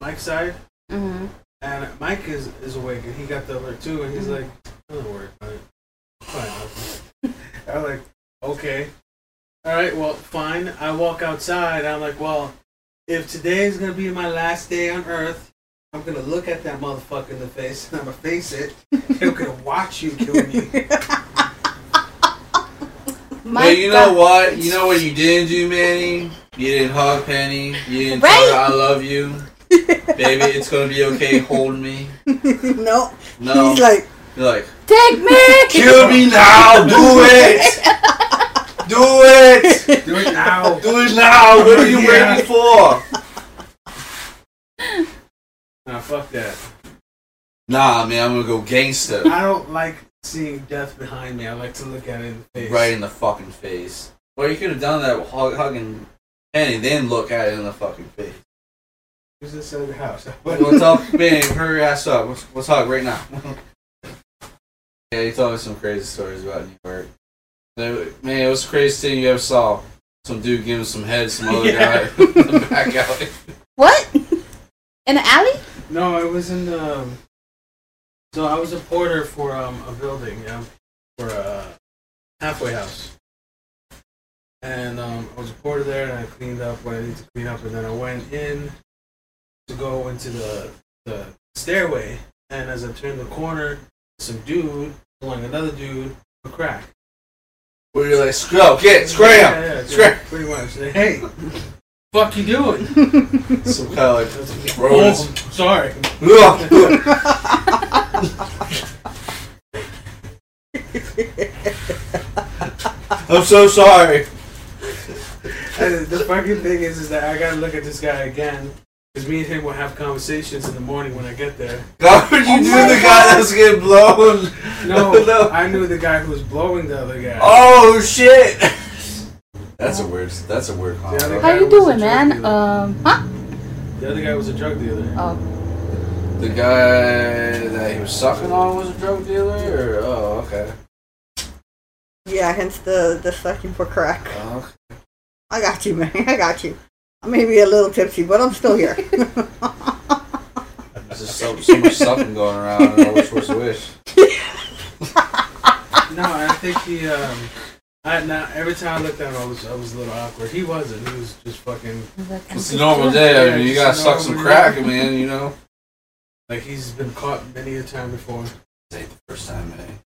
Mike's side.
hmm
And Mike is, is awake and he got the alert too and he's like, Don't worry about it. Fine. I'll-" I'm like, Okay. Alright, well fine. I walk outside, I'm like, Well, if today is gonna be my last day on earth, I'm gonna look at that motherfucker in the face and I'm gonna face it. and I'm gonna watch you kill me.
My
But you know
God.
what? You know what you didn't do, Manny? You didn't hug Penny. You didn't
Right?
tell her I love you. Baby, it's gonna be okay. Hold me.
no.
Oh.
No.
He's like,
You're like,
Take me.
kill me now. Do it. Do it.
Do it now.
Do it now. What are you
Yeah.
waiting for?
Nah, fuck that.
Nah, man, I'm gonna go gangster.
I don't like seeing death behind me. I like to look at it in the face.
Right in the fucking face. Well, you could have done that with hug- hugging Penny, then look at it in the fucking face.
Who's inside the house?
What's up, man? Hurry ass up. What's, what's up right now? yeah, you told me some crazy stories about New York. They- Man, it was the craziest thing you ever saw. Some dude giving some head to some other
Yeah.
guy in the back alley.
What? In the alley?
No, I was in. Um, so I was a porter for um, a building, um, for a halfway house, and um, I was a porter there, and I cleaned up what I needed to clean up, and then I went in to go into the the stairway, and as I turned the corner, some dude pulling another dude a crack.
Where you're like, scrub, get, scram!
Yeah, yeah, yeah,
Scram!
Pretty much. Like, hey, fuck you doing?
Some kind of like,
oh,
bro.
sorry.
I'm so sorry.
And the fucking thing is, is that I gotta look at this guy again. Because me and him will have conversations in the morning when I get there.
God, would you do the guy that's getting blown?
No,
No.
I knew the guy who was blowing the other guy.
Oh shit! That's a weird. That's a weird.
Yeah, they-
combo.
How
guy
you
was a
doing,
drug
man?
dealer.
Um, huh?
The other guy was a drug dealer.
Oh,
The guy that he was sucking on was a drug dealer, or oh, okay.
yeah, hence the, the sucking for crack.
Oh,
I got you, man. I got you. I may be a little tipsy, but I'm still here.
There's just so, so much sucking going around. I don't know which was which.
No, I think he. Um, I now every time I looked at him, I was I was a little awkward. He wasn't. He was just fucking
He's like, I'm
It's a
just
normal
doing-
day. I mean, you gotta
It's a
suck some
normal
crack,
day.
man. You know.
like he's been caught many a time before.
This ain't the first time, man.